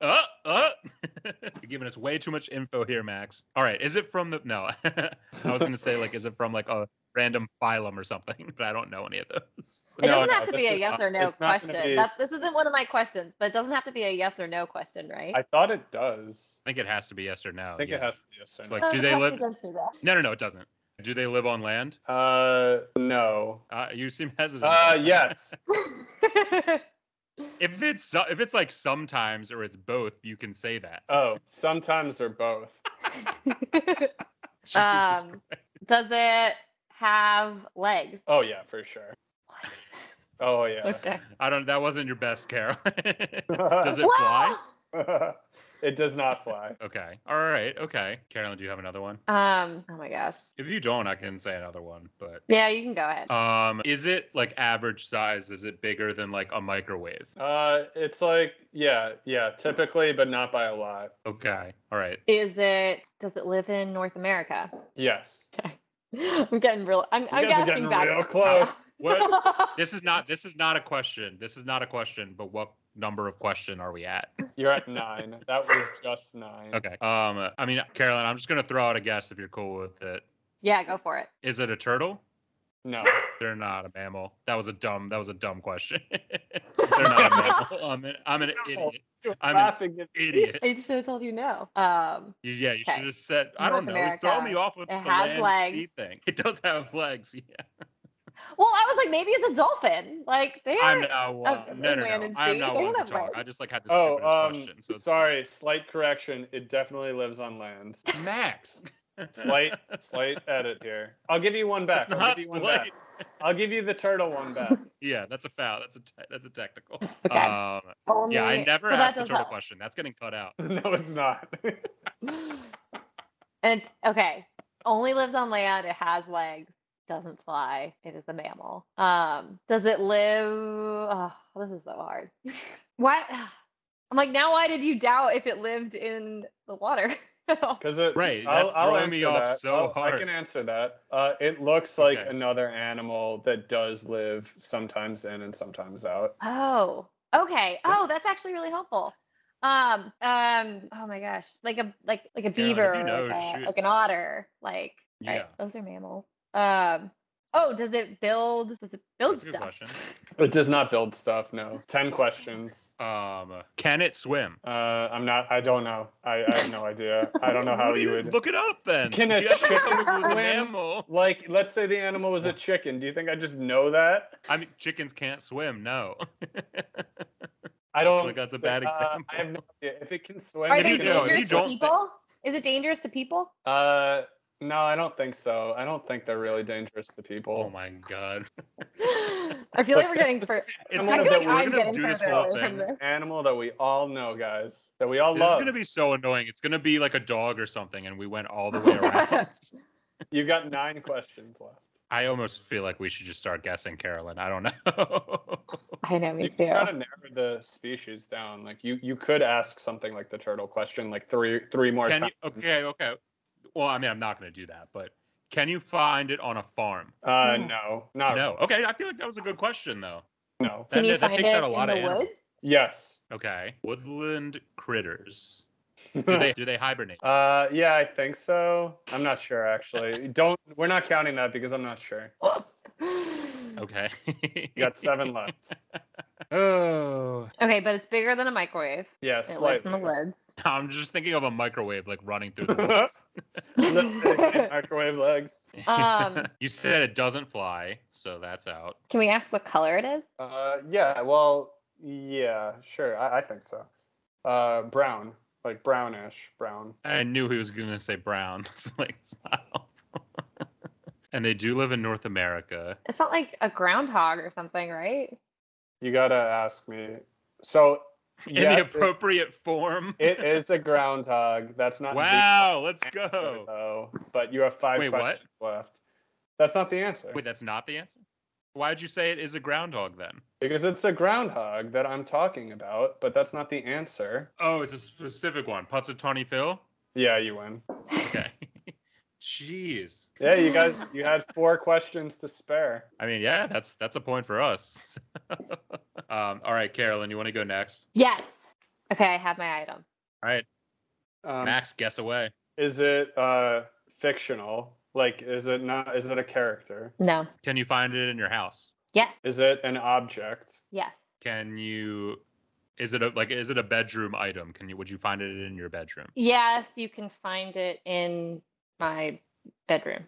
Speaker 6: Uh, uh. *laughs* You're giving us way too much info here, Max. All right. Is it from the. No. *laughs* I was going to say, like, is it from, like, a random phylum or something? *laughs* But I don't know any of those.
Speaker 4: It
Speaker 2: No,
Speaker 4: doesn't
Speaker 2: no,
Speaker 4: have to be
Speaker 2: this
Speaker 4: a
Speaker 2: is-
Speaker 4: yes or no
Speaker 2: it's not gonna
Speaker 4: question.
Speaker 2: be-
Speaker 4: That, this isn't one of my questions, but it doesn't have to be a yes or no question, right?
Speaker 2: I thought it does.
Speaker 6: I think it has to be yes or no.
Speaker 2: I think it
Speaker 6: yeah.
Speaker 2: has to be yes or
Speaker 6: It's
Speaker 2: no.
Speaker 6: like-
Speaker 4: No,
Speaker 6: do
Speaker 4: the
Speaker 6: they
Speaker 4: question
Speaker 6: live-
Speaker 4: doesn't say that.
Speaker 6: No, no, no, it doesn't. Do they live on land?
Speaker 2: uh, no.
Speaker 6: Uh, you seem hesitant.
Speaker 2: Uh,
Speaker 6: about that.
Speaker 2: yes.
Speaker 4: *laughs*
Speaker 6: If it's so- if it's like sometimes or it's both, you can say that. *laughs*
Speaker 2: Oh, sometimes they're both.
Speaker 6: Jesus.
Speaker 4: um, does it have legs?
Speaker 2: Oh yeah, for sure. Oh yeah.
Speaker 4: okay.
Speaker 6: I don't. That wasn't your best, Carol. *laughs* does it
Speaker 4: Whoa!
Speaker 6: fly?
Speaker 2: it does not fly.
Speaker 6: Okay. All right. Okay. Carolyn, do you have another one?
Speaker 4: Um. Oh my gosh.
Speaker 6: If you don't, I can say another one. But
Speaker 4: Yeah, you can go ahead.
Speaker 2: Oh.
Speaker 6: um, is it like average size? Is it bigger than like a microwave?
Speaker 2: Uh, it's like yeah, yeah. Typically, but not by a lot.
Speaker 6: Okay. All right.
Speaker 4: Is it? Does it live in North America? *laughs*
Speaker 2: Yes.
Speaker 4: I'm getting real. I'm,
Speaker 2: guys
Speaker 4: I'm
Speaker 2: are
Speaker 4: asking
Speaker 2: getting
Speaker 4: back.
Speaker 2: real
Speaker 4: *laughs*
Speaker 2: close.
Speaker 6: What? This is not. This is not a question. This is not a question. But what number of question are we at?
Speaker 2: You're at nine. That was just nine.
Speaker 6: Okay. Um, I mean, Carolyn, I'm just gonna throw out a guess if you're cool with it.
Speaker 4: yeah, go for it.
Speaker 6: Is it a turtle?
Speaker 2: No.
Speaker 6: They're not a mammal. That was a dumb. That was a dumb question. *laughs* They're not
Speaker 4: *laughs*
Speaker 6: a mammal. I'm an, I'm an idiot. I'm an
Speaker 2: laughing at
Speaker 6: Idiot.
Speaker 4: I should have told you no. Um.
Speaker 6: You- Yeah, you
Speaker 4: Okay.
Speaker 6: should have said. I don't
Speaker 4: North
Speaker 6: know. It's throwing me
Speaker 4: America.
Speaker 6: off with
Speaker 4: It
Speaker 6: the
Speaker 4: has
Speaker 6: land
Speaker 4: legs.
Speaker 6: sea thing. It does have legs. *laughs* Yeah.
Speaker 4: Well, I was like, maybe it's a dolphin. Like they are.
Speaker 6: I'm not one.
Speaker 4: uh,
Speaker 6: no, no,
Speaker 4: land
Speaker 6: no.
Speaker 4: and
Speaker 6: I am
Speaker 4: sea,
Speaker 6: not
Speaker 4: they
Speaker 6: one to
Speaker 4: have
Speaker 6: talk.
Speaker 4: legs.
Speaker 6: I just like had the
Speaker 2: Oh,
Speaker 6: stupidest
Speaker 2: um,
Speaker 6: question. So it's-
Speaker 2: sorry. Slight correction. It definitely lives on land.
Speaker 6: *laughs* Max.
Speaker 2: Slight, slight edit here. I'll give you one back.
Speaker 6: That's
Speaker 2: I'll
Speaker 6: not
Speaker 2: give you one
Speaker 6: slight.
Speaker 2: back. I'll give you the turtle one back.
Speaker 6: Yeah, that's a foul. That's a te- that's a technical.
Speaker 4: Okay.
Speaker 6: Um,
Speaker 4: Only,
Speaker 6: yeah, I never
Speaker 4: so that
Speaker 6: asked the
Speaker 4: does
Speaker 6: turtle
Speaker 4: not-
Speaker 6: question. That's getting cut out.
Speaker 2: *laughs* no, it's
Speaker 4: *laughs*
Speaker 2: not.
Speaker 4: And okay, only lives on land. It has legs. Doesn't fly. It is a mammal. Um, does it live? Oh, this is so hard. *laughs* Why? *sighs* I'm like, now why did you doubt if it lived in the water? *laughs*
Speaker 2: Because it
Speaker 6: Right,
Speaker 2: I'll,
Speaker 6: that's
Speaker 2: I'll
Speaker 6: throwing me
Speaker 2: answer
Speaker 6: off
Speaker 2: that.
Speaker 6: so
Speaker 2: I'll- I
Speaker 6: hard.
Speaker 2: can answer that. Uh, it looks like
Speaker 6: Okay.
Speaker 2: another animal that does live sometimes in and sometimes out.
Speaker 4: oh, okay. Oh, that's
Speaker 2: Yes.
Speaker 4: actually really helpful. Um, um, oh my gosh, like a like like a beaver,
Speaker 6: you
Speaker 4: or
Speaker 6: know,
Speaker 4: like, a,
Speaker 6: shoot.
Speaker 4: like an otter, like right?
Speaker 6: Yeah.
Speaker 4: those are mammals. Um, oh, does it build? Does it build
Speaker 6: That's a good
Speaker 4: stuff?
Speaker 6: question.
Speaker 2: It does not build stuff. No. Ten questions.
Speaker 6: Um, can it swim?
Speaker 2: Uh, I'm not. I don't know. I, I have no idea. I don't know how
Speaker 6: *laughs* What do
Speaker 2: you would.
Speaker 6: look it up then.
Speaker 2: Can a
Speaker 6: You have to look
Speaker 2: chicken
Speaker 6: up if it was a Oh.
Speaker 2: swim?
Speaker 6: mammal.
Speaker 2: Like, let's say the animal was a chicken. Do you think I just know that?
Speaker 6: I mean, chickens can't swim. No.
Speaker 2: I don't.
Speaker 6: like that's a bad
Speaker 2: uh,
Speaker 6: example.
Speaker 2: I have no idea. If it can swim,
Speaker 4: Are
Speaker 6: If
Speaker 4: they
Speaker 6: you
Speaker 2: it can
Speaker 6: don't- if
Speaker 4: dangerous
Speaker 6: you
Speaker 4: to
Speaker 6: don't think-
Speaker 4: people? Is it dangerous to people? *laughs*
Speaker 2: Uh, no, I don't think so. I don't think they're really dangerous to people.
Speaker 6: oh my god.
Speaker 4: I feel like we're getting
Speaker 6: *laughs*
Speaker 4: for.
Speaker 6: It's
Speaker 2: I
Speaker 6: gonna
Speaker 2: feel like
Speaker 6: be. We're
Speaker 4: I'm
Speaker 6: gonna
Speaker 4: getting
Speaker 6: do this
Speaker 4: further
Speaker 6: whole
Speaker 4: away from
Speaker 6: thing.
Speaker 4: this.
Speaker 2: Animal that we all know, guys, that we all
Speaker 6: This is
Speaker 2: love.
Speaker 6: gonna be so annoying. It's gonna be like a dog or something, and we went
Speaker 4: *laughs*
Speaker 6: all the way around.
Speaker 2: You've got nine questions left.
Speaker 6: I almost feel like we should just start guessing, Carolyn. I
Speaker 2: *laughs*
Speaker 6: don't know.
Speaker 4: I know, me
Speaker 2: you
Speaker 4: too.
Speaker 2: gotta narrow the species down. Like you, you could ask something like the turtle question, like three, three more
Speaker 6: can
Speaker 2: times.
Speaker 6: you, okay, okay. Well, I mean, I'm not gonna do that, but can you find it on a farm?
Speaker 2: Uh,
Speaker 4: No.
Speaker 2: no, not
Speaker 6: No. Okay, I feel like that was a good question though.
Speaker 2: no.
Speaker 4: Can
Speaker 6: That-
Speaker 4: you
Speaker 6: that
Speaker 4: find
Speaker 6: takes
Speaker 4: it
Speaker 6: out a lot
Speaker 4: in
Speaker 6: of
Speaker 4: the
Speaker 6: animals.
Speaker 4: woods?
Speaker 2: Yes.
Speaker 6: Okay. Woodland critters.
Speaker 2: *laughs*
Speaker 6: Do they do they hibernate?
Speaker 2: Uh, yeah, I think so. I'm not sure actually. Don't. We're not counting that because I'm not sure. *laughs*
Speaker 6: Okay.
Speaker 2: You got seven left.
Speaker 6: Oh.
Speaker 4: Okay, but it's bigger than a microwave.
Speaker 2: Yeah,
Speaker 4: It lives in the
Speaker 2: slightly.
Speaker 4: woods.
Speaker 6: *laughs* I'm just thinking of a microwave like running through the
Speaker 2: *laughs*
Speaker 6: woods.
Speaker 2: Microwave legs.
Speaker 6: *laughs*
Speaker 4: *laughs* Um,
Speaker 6: you said it doesn't fly, so that's out.
Speaker 4: Can we ask what color it is?
Speaker 2: Uh, yeah. Well, yeah, sure. I, I think so. Uh, brown, like brownish brown.
Speaker 6: I knew he was going to say brown. *laughs* It's like, it's not helpful. *laughs* and they do live in North America.
Speaker 4: It's not like a groundhog or something, right?
Speaker 2: You gotta ask me.
Speaker 6: *laughs*
Speaker 2: So,
Speaker 6: in the
Speaker 2: yes, it-
Speaker 6: appropriate form.
Speaker 2: it is a groundhog. That's not the
Speaker 6: wow, let's
Speaker 2: answer,
Speaker 6: go.
Speaker 2: though. But you have five
Speaker 6: Wait, what?
Speaker 2: questions left. That's not the answer
Speaker 6: Wait, that's not the answer? Why'd you say it is a groundhog then?
Speaker 2: because it's a groundhog that I'm talking about. But that's not the answer.
Speaker 6: Oh, it's a specific one. Punxsutawney Phil?
Speaker 2: Yeah, you win.
Speaker 6: Okay. *laughs* Jeez.
Speaker 2: Yeah, you guys, you had four questions to spare.
Speaker 6: I mean, yeah, that's that's a point for us. *laughs* um, all right, Carolyn, you want to go next?
Speaker 4: Yes. Okay, I have my item.
Speaker 6: All right,
Speaker 2: Um,
Speaker 6: Max, guess away.
Speaker 2: Is it uh fictional? Like is it not is it a character?
Speaker 4: No.
Speaker 6: Can you find it in your house?
Speaker 4: Yes.
Speaker 2: Is it an object?
Speaker 4: Yes.
Speaker 6: Can you? Is it a, like? Is it a bedroom item? Can you? Would you find it in your bedroom?
Speaker 4: Yes, you can find it in my bedroom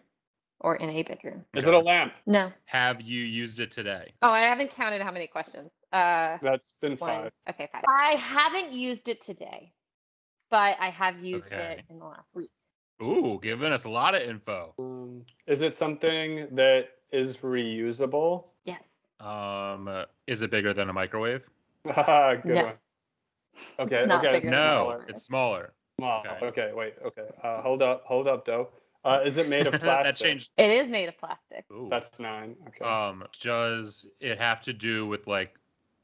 Speaker 4: or in a bedroom.
Speaker 2: Is it a lamp?
Speaker 4: No.
Speaker 6: Have you used it today?
Speaker 4: Oh, I haven't counted how many questions. Uh
Speaker 2: That's been
Speaker 4: one.
Speaker 2: five.
Speaker 4: Okay, five. I haven't used it today, but I have used
Speaker 6: Okay.
Speaker 4: it in the last week.
Speaker 6: Ooh, giving us a lot of info.
Speaker 2: Um, is it something that is reusable? *laughs*
Speaker 4: Yes.
Speaker 6: Um, uh, is it bigger than a microwave?
Speaker 2: Ah, Good
Speaker 4: No.
Speaker 2: one. Okay,
Speaker 4: It's not
Speaker 2: okay.
Speaker 4: bigger.
Speaker 6: No,
Speaker 4: smaller.
Speaker 6: it's smaller.
Speaker 2: Small.
Speaker 6: Okay.
Speaker 2: Okay. wait, okay. Uh, hold up, hold up though. Uh, is it made of plastic?
Speaker 6: *laughs* that changed.
Speaker 4: It is made of plastic.
Speaker 6: Ooh.
Speaker 2: That's nine. Okay.
Speaker 6: um. Does it have to do with like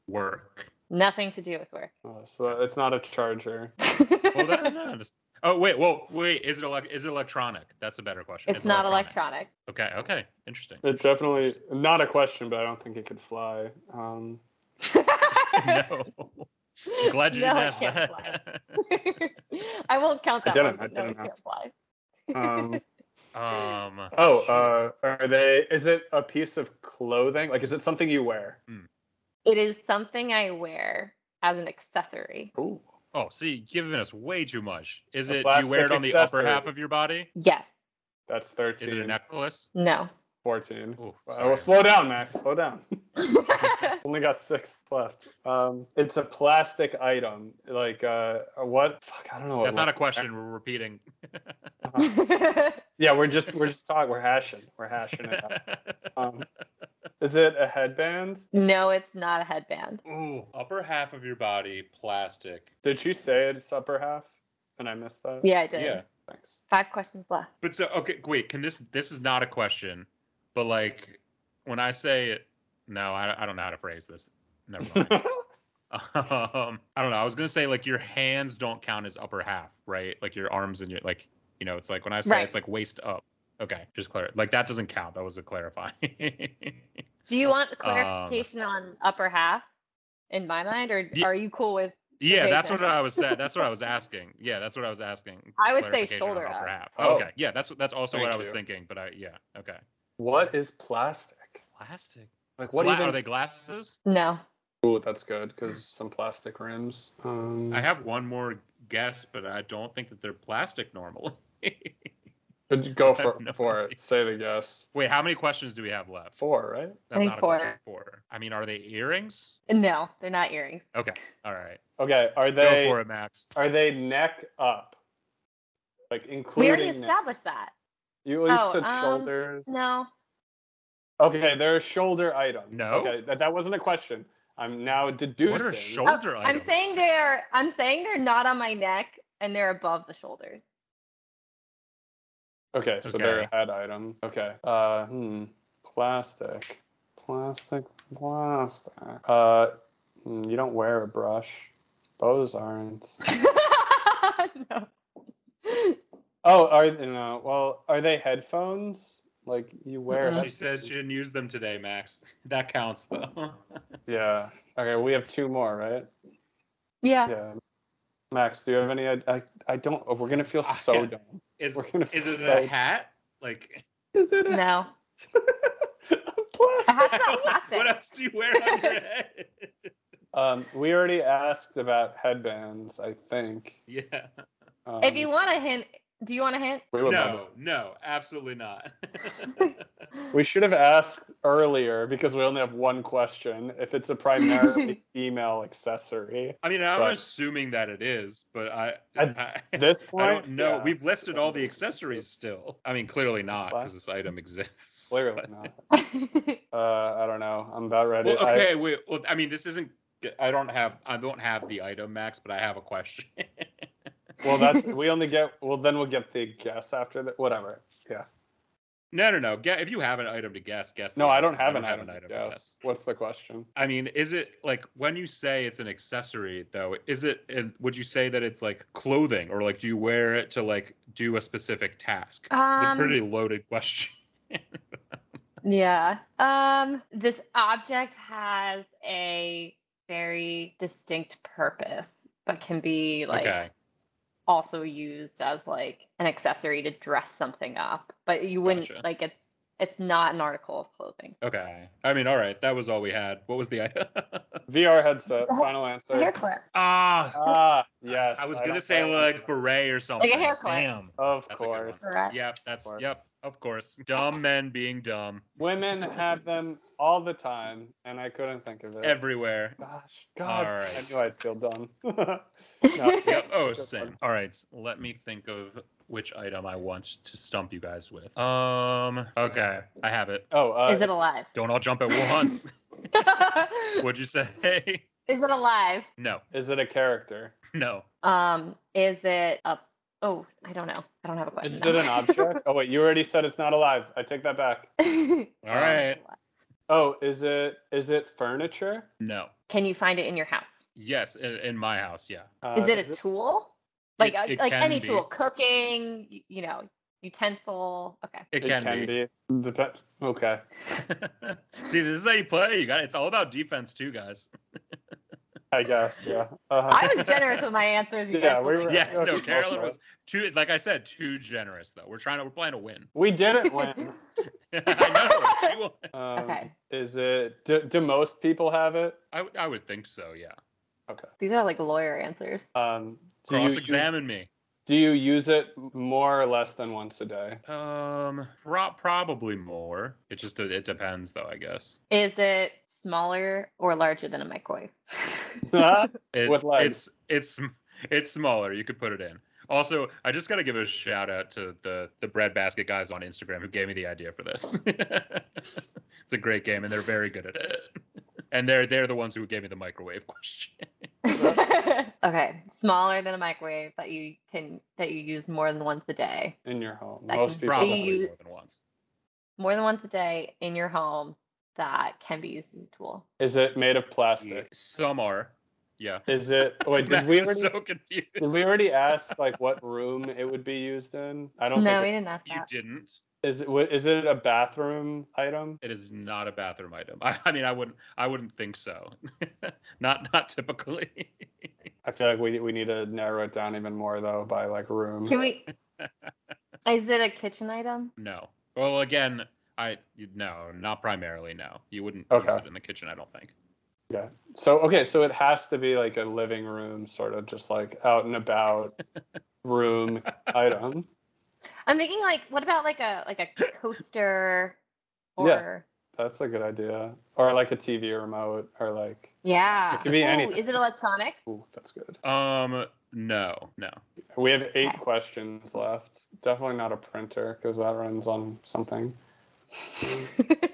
Speaker 6: work?
Speaker 4: Nothing to do with work.
Speaker 2: Oh, so it's not a charger.
Speaker 6: Well, that, no, just- oh wait, whoa, wait. Is it elec- is it electronic? That's a better question.
Speaker 4: it's not electronic.
Speaker 6: Okay, okay, interesting.
Speaker 2: It's definitely not a question, but I don't think it could fly. Um,
Speaker 6: *laughs*
Speaker 4: *laughs*
Speaker 6: no. *laughs* I'm glad you
Speaker 4: No,
Speaker 6: didn't
Speaker 4: it
Speaker 6: ask
Speaker 4: can't
Speaker 6: that.
Speaker 4: *laughs* I won't count
Speaker 2: I
Speaker 4: that one.
Speaker 2: didn't- I
Speaker 4: but no,
Speaker 2: didn't
Speaker 4: it can't
Speaker 2: ask.
Speaker 4: fly.
Speaker 2: um,
Speaker 6: *laughs* um.
Speaker 2: Oh, uh, are they? Is it a piece of clothing? Like, is it something you wear?
Speaker 4: It is something I wear as an accessory.
Speaker 2: Ooh.
Speaker 6: Oh, see, you're giving us way too much. Is
Speaker 2: A
Speaker 6: it? Do you wear it
Speaker 2: plastic
Speaker 6: on the upper half
Speaker 2: accessory.
Speaker 6: of your body?
Speaker 4: Yes.
Speaker 2: That's 13.
Speaker 6: Is it a necklace?
Speaker 4: No. *laughs*
Speaker 2: 14.
Speaker 6: Oh,
Speaker 2: Wow,
Speaker 6: sorry.
Speaker 2: well, slow down, Max. Slow down. *laughs*
Speaker 4: it's
Speaker 2: Only got six left. Um, it's a plastic item. Like, uh, what? Fuck, I don't know.
Speaker 6: That's
Speaker 2: what
Speaker 6: not a question. We're repeating.
Speaker 2: *laughs* Yeah, we're just we're just talking. We're hashing. We're hashing it out.
Speaker 6: *laughs*
Speaker 2: Um, is it a headband?
Speaker 4: no, it's not a headband.
Speaker 6: Ooh, upper half of your body, plastic.
Speaker 2: Did she say it's upper half? And I missed that.
Speaker 4: Yeah, I did.
Speaker 6: Yeah,
Speaker 2: Thanks.
Speaker 4: Five questions left.
Speaker 6: but so okay. Wait, can this? This is not a question, but like when I say it, no, I, I don't know how to phrase this. Never mind. um, I don't know. I was gonna say like your hands don't count as upper half, right? Like your arms and your like, you know, it's like when I say
Speaker 4: Right.
Speaker 6: it's like waist up. Okay, just clear. Like that doesn't count. That was a clarifying. *laughs* Oh, um,
Speaker 4: Do you want clarification on upper half in my mind, or
Speaker 6: Ye-
Speaker 4: are you cool with
Speaker 6: Yeah, that's
Speaker 4: Jason.
Speaker 6: what I was saying. That's what I was asking. Yeah, that's what I was asking.
Speaker 4: I would say
Speaker 6: clarification on
Speaker 4: shoulder
Speaker 6: upper
Speaker 4: up.
Speaker 6: half.
Speaker 2: Oh.
Speaker 6: Okay. Yeah, that's that's also what
Speaker 2: Thank
Speaker 6: I was
Speaker 2: you.
Speaker 6: thinking. But I yeah. Okay.
Speaker 2: What is plastic?
Speaker 6: Plastic.
Speaker 2: Like
Speaker 6: What
Speaker 2: what
Speaker 6: are
Speaker 2: even?
Speaker 6: they glasses?
Speaker 4: No.
Speaker 2: Ooh, that's good because some plastic rims. Um,
Speaker 6: I have one more guess, but I don't think that they're plastic normally. *laughs*
Speaker 2: but go
Speaker 6: I
Speaker 2: for
Speaker 6: have no
Speaker 2: for
Speaker 6: idea.
Speaker 2: it. Say the guess.
Speaker 6: Wait, how many questions do we have left?
Speaker 2: Four, right?
Speaker 6: That's
Speaker 4: think
Speaker 6: not a
Speaker 4: four.
Speaker 6: question. Four. I mean, are they earrings?
Speaker 4: No, they're not earrings.
Speaker 6: Okay. All right.
Speaker 2: Okay. Are
Speaker 6: Go for
Speaker 2: they
Speaker 6: it, Max.
Speaker 2: are they neck up? Like
Speaker 4: We
Speaker 2: including.
Speaker 4: already
Speaker 2: neck.
Speaker 4: established that.
Speaker 2: You at least
Speaker 4: Oh,
Speaker 2: said
Speaker 4: um,
Speaker 2: shoulders.
Speaker 4: No.
Speaker 2: Okay, they're a shoulder item.
Speaker 6: No.
Speaker 2: Okay, that, that wasn't a question. I'm now deducing.
Speaker 6: what are shoulder
Speaker 4: Oh, I'm
Speaker 6: items?
Speaker 4: saying they're I'm saying they're not on my neck and they're above the shoulders.
Speaker 2: Okay, so they're
Speaker 6: Okay.
Speaker 2: a head item. Okay. Uh, hmm. Plastic. Plastic. Plastic. Uh, hmm, you don't wear a brush. Bows aren't.
Speaker 4: *laughs* no.
Speaker 2: Oh, are you know? Well, are they headphones? Like you wear?
Speaker 4: Mm-mm.
Speaker 6: She
Speaker 2: head-
Speaker 6: says she didn't use them today, Max. *laughs* That counts though. *laughs*
Speaker 2: Yeah. Okay, we have two more, right?
Speaker 4: Yeah.
Speaker 2: Yeah. Max, do you have any? I I, I don't. oh, We're gonna feel
Speaker 6: I-
Speaker 2: so dumb.
Speaker 6: Is
Speaker 2: We're gonna
Speaker 6: Ah, is it
Speaker 2: feel
Speaker 6: a hat?
Speaker 4: *laughs*
Speaker 6: Like
Speaker 2: so- Is it a
Speaker 4: No.
Speaker 2: plastic?
Speaker 4: A hat's not plastic.
Speaker 6: *laughs* what else do you wear
Speaker 4: *laughs*
Speaker 6: on your head? *laughs*
Speaker 2: Um, we already asked about headbands, I think.
Speaker 6: yeah.
Speaker 2: Um,
Speaker 4: If you want a hint, do you want a hint?
Speaker 2: we, would love
Speaker 6: No, no, absolutely not. *laughs*
Speaker 2: it. we should have asked earlier because we only have one question. If
Speaker 4: *laughs*
Speaker 2: it's a primarily female accessory,
Speaker 6: I mean, I'm
Speaker 2: Right.
Speaker 6: assuming that it is, but I
Speaker 2: At
Speaker 6: I, *laughs*
Speaker 2: at this point,
Speaker 6: I don't know.
Speaker 2: yeah,
Speaker 6: We've listed all the accessories still. I mean, clearly not because
Speaker 2: Plastic.
Speaker 6: this item exists.
Speaker 2: clearly not. Uh, I don't know. I'm about ready.
Speaker 6: Well,
Speaker 2: I-
Speaker 6: okay, wait. Well, I mean, this isn't. I don't have. I don't have the item, Max, but I have a question. *laughs*
Speaker 2: well, that's we only get. Well, then we'll get the guess after that. Whatever.
Speaker 6: no, no, no. Get, if you have an item to guess, guess. the
Speaker 2: No, I
Speaker 6: item.
Speaker 2: don't have an
Speaker 6: have
Speaker 2: item.
Speaker 6: to
Speaker 2: yes. What's the
Speaker 6: *laughs*
Speaker 2: question?
Speaker 6: I mean, is it like when you say it's an accessory though? Is it? And would you say that it's like clothing, or like do you wear it to like do a specific task? It's a
Speaker 4: *laughs*
Speaker 6: pretty
Speaker 4: um,
Speaker 6: loaded question.
Speaker 4: yeah. Um, this object has a very distinct purpose, but can be like
Speaker 6: okay.
Speaker 4: also used as like an accessory to dress something up. But you wouldn't
Speaker 6: Gotcha.
Speaker 4: like it's it's not an article of clothing.
Speaker 6: Okay. I mean, all right. That was all we had. What was the item? *laughs*
Speaker 2: VR headset.
Speaker 4: A hair-
Speaker 2: Final answer.
Speaker 4: hair clip.
Speaker 6: ah,
Speaker 2: Ah, yes.
Speaker 6: I was
Speaker 2: don't
Speaker 6: gonna say
Speaker 2: know.
Speaker 6: like beret or something.
Speaker 4: hair clip.
Speaker 6: Damn.
Speaker 2: Of
Speaker 6: That's a good one.
Speaker 2: course.
Speaker 4: Correct.
Speaker 6: Yep. That's
Speaker 2: course.
Speaker 6: yep. Of course. Dumb men being dumb
Speaker 2: Women have them all the time, and I couldn't think of it. *laughs*
Speaker 6: everywhere.
Speaker 2: Gosh, God,
Speaker 6: All
Speaker 2: I
Speaker 6: right.
Speaker 2: knew I'd feel dumb. *laughs*
Speaker 6: Yep. Oh,
Speaker 2: Good
Speaker 6: same.
Speaker 2: one.
Speaker 6: All right. Let me think of which item I want to stump you guys with. Um. Okay. I have it.
Speaker 2: oh, uh,
Speaker 4: *laughs* Is it alive?
Speaker 6: Don't all jump
Speaker 2: *laughs*
Speaker 6: at
Speaker 4: *laughs*
Speaker 6: once.
Speaker 4: is
Speaker 6: What'd you say? *laughs*
Speaker 4: it alive?
Speaker 6: No.
Speaker 2: is it a character?
Speaker 6: No.
Speaker 4: Um, is it a oh, I don't know. I don't have a question.
Speaker 2: Is it an
Speaker 4: *laughs*
Speaker 2: object? Oh wait, you already said it's not alive. I take that back.
Speaker 4: object? *laughs*
Speaker 6: All right.
Speaker 2: Oh, is it is it furniture?
Speaker 6: No.
Speaker 4: Can you find it in your house?
Speaker 6: Yes. In, in my house. Yeah.
Speaker 2: Uh,
Speaker 4: Is it a tool? Like
Speaker 6: It-
Speaker 4: uh,
Speaker 6: it
Speaker 4: like
Speaker 6: can
Speaker 4: any
Speaker 6: be.
Speaker 4: tool, cooking, y- you know, utensil. Okay.
Speaker 6: It, can, be.
Speaker 2: be. Dep- okay.
Speaker 6: *laughs* See, this is how you play. You got. It's all about defense too, guys.
Speaker 2: I guess. Yeah. Uh-huh.
Speaker 4: *laughs* I was generous with my answers. You
Speaker 2: Yeah,
Speaker 4: guys
Speaker 2: we
Speaker 4: will
Speaker 2: were-
Speaker 4: see.
Speaker 6: Yes.
Speaker 2: Okay,
Speaker 6: No.
Speaker 2: go
Speaker 6: Carolyn
Speaker 2: for it.
Speaker 6: was too. Like I said, too generous though. We're trying to. We're playing to win. *laughs*
Speaker 2: we didn't win.
Speaker 6: I know. She won.
Speaker 2: Um,
Speaker 4: *laughs* Okay.
Speaker 2: Is it? Do, do most people have it?
Speaker 6: I, would- I would think so. Yeah.
Speaker 4: *laughs* These are like lawyer answers.
Speaker 6: Uh,
Speaker 2: Um, do you
Speaker 6: Cross
Speaker 2: use-
Speaker 6: examine me.
Speaker 2: Do you use it more or less than once a
Speaker 4: *laughs*
Speaker 2: day?
Speaker 6: Um, pro- probably more. It just it depends though, I guess.
Speaker 4: Is it smaller or larger than a microwave?
Speaker 6: It,
Speaker 2: With legs.
Speaker 6: It's it's sm- it's smaller. You could put it in. Also, I just gotta give a shout out to the the bread basket guys on Instagram who gave me the idea for this. *laughs* it's a great game, and they're very good at it. And they're they're the ones who gave me the microwave *laughs* question.
Speaker 4: *laughs* okay, smaller than a microwave that you can that you use more than once a day.
Speaker 2: *laughs* in your home.
Speaker 4: I
Speaker 2: Most
Speaker 4: can
Speaker 2: people.
Speaker 6: Probably
Speaker 2: Have it.
Speaker 4: you-
Speaker 6: more than once.
Speaker 4: More than once a day in your home that can be used as a tool.
Speaker 2: Is it made of plastic?
Speaker 6: Some are. Yeah.
Speaker 2: Is it? Wait, did
Speaker 6: *laughs* Max
Speaker 2: we
Speaker 6: is
Speaker 2: already?
Speaker 6: so confused.
Speaker 2: Did we already ask like what room it would be used in? I don't
Speaker 4: No, we
Speaker 2: think.
Speaker 4: didn't ask
Speaker 6: You
Speaker 4: that.
Speaker 6: didn't.
Speaker 2: It, is it? what- Is it a bathroom item?
Speaker 6: It is not a bathroom *laughs* item. I, I mean, I wouldn't. I wouldn't think so. not not typically. *laughs*
Speaker 2: I feel like we we need to narrow it down even more though by like room.
Speaker 4: Can we? Is it a kitchen item?
Speaker 6: No. Well, again, I you- no, not primarily. No, you wouldn't use
Speaker 2: Okay.
Speaker 6: it in the kitchen. I don't think.
Speaker 2: So okay, so it has to be like a living room sort of just like out and
Speaker 6: *laughs*
Speaker 2: about room item.
Speaker 4: I'm thinking like, what about like a like a coaster,
Speaker 2: *laughs* Yeah.
Speaker 4: or
Speaker 2: That's a good idea. Or like a TV remote or like
Speaker 4: yeah.
Speaker 2: It could be
Speaker 4: Ooh,
Speaker 2: anything.
Speaker 4: Is
Speaker 2: *laughs*
Speaker 4: it electronic?
Speaker 2: ooh, that's good.
Speaker 6: Um, no, no.
Speaker 2: We have eight
Speaker 4: Okay.
Speaker 2: questions left. Definitely not a printer because that runs on something.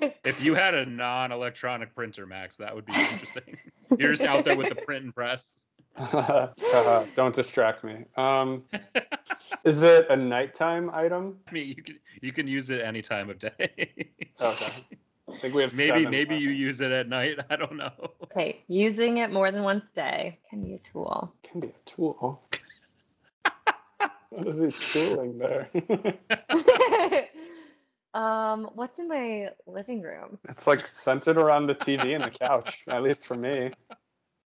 Speaker 2: *laughs*
Speaker 6: If you had a non-electronic printer, Max, that would be
Speaker 2: *laughs*
Speaker 6: interesting. You're just out there with the print and press.
Speaker 2: Haha, Uh, Don't distract me.
Speaker 6: *laughs*
Speaker 2: Um, is it a nighttime item?
Speaker 6: I mean, you can you can use it any time of day.
Speaker 2: Okay. I think we have
Speaker 6: *laughs* maybe
Speaker 2: seven
Speaker 6: maybe you
Speaker 2: left.
Speaker 6: use it at night. *laughs* I don't know.
Speaker 4: okay, using it more than once day can be a
Speaker 2: *laughs*
Speaker 4: tool. *laughs*
Speaker 2: can be a tool. *laughs* what is he tooling there? *laughs*
Speaker 4: um, what's in my living room?
Speaker 2: it's like centered around the TV and the couch, *laughs* at least for me.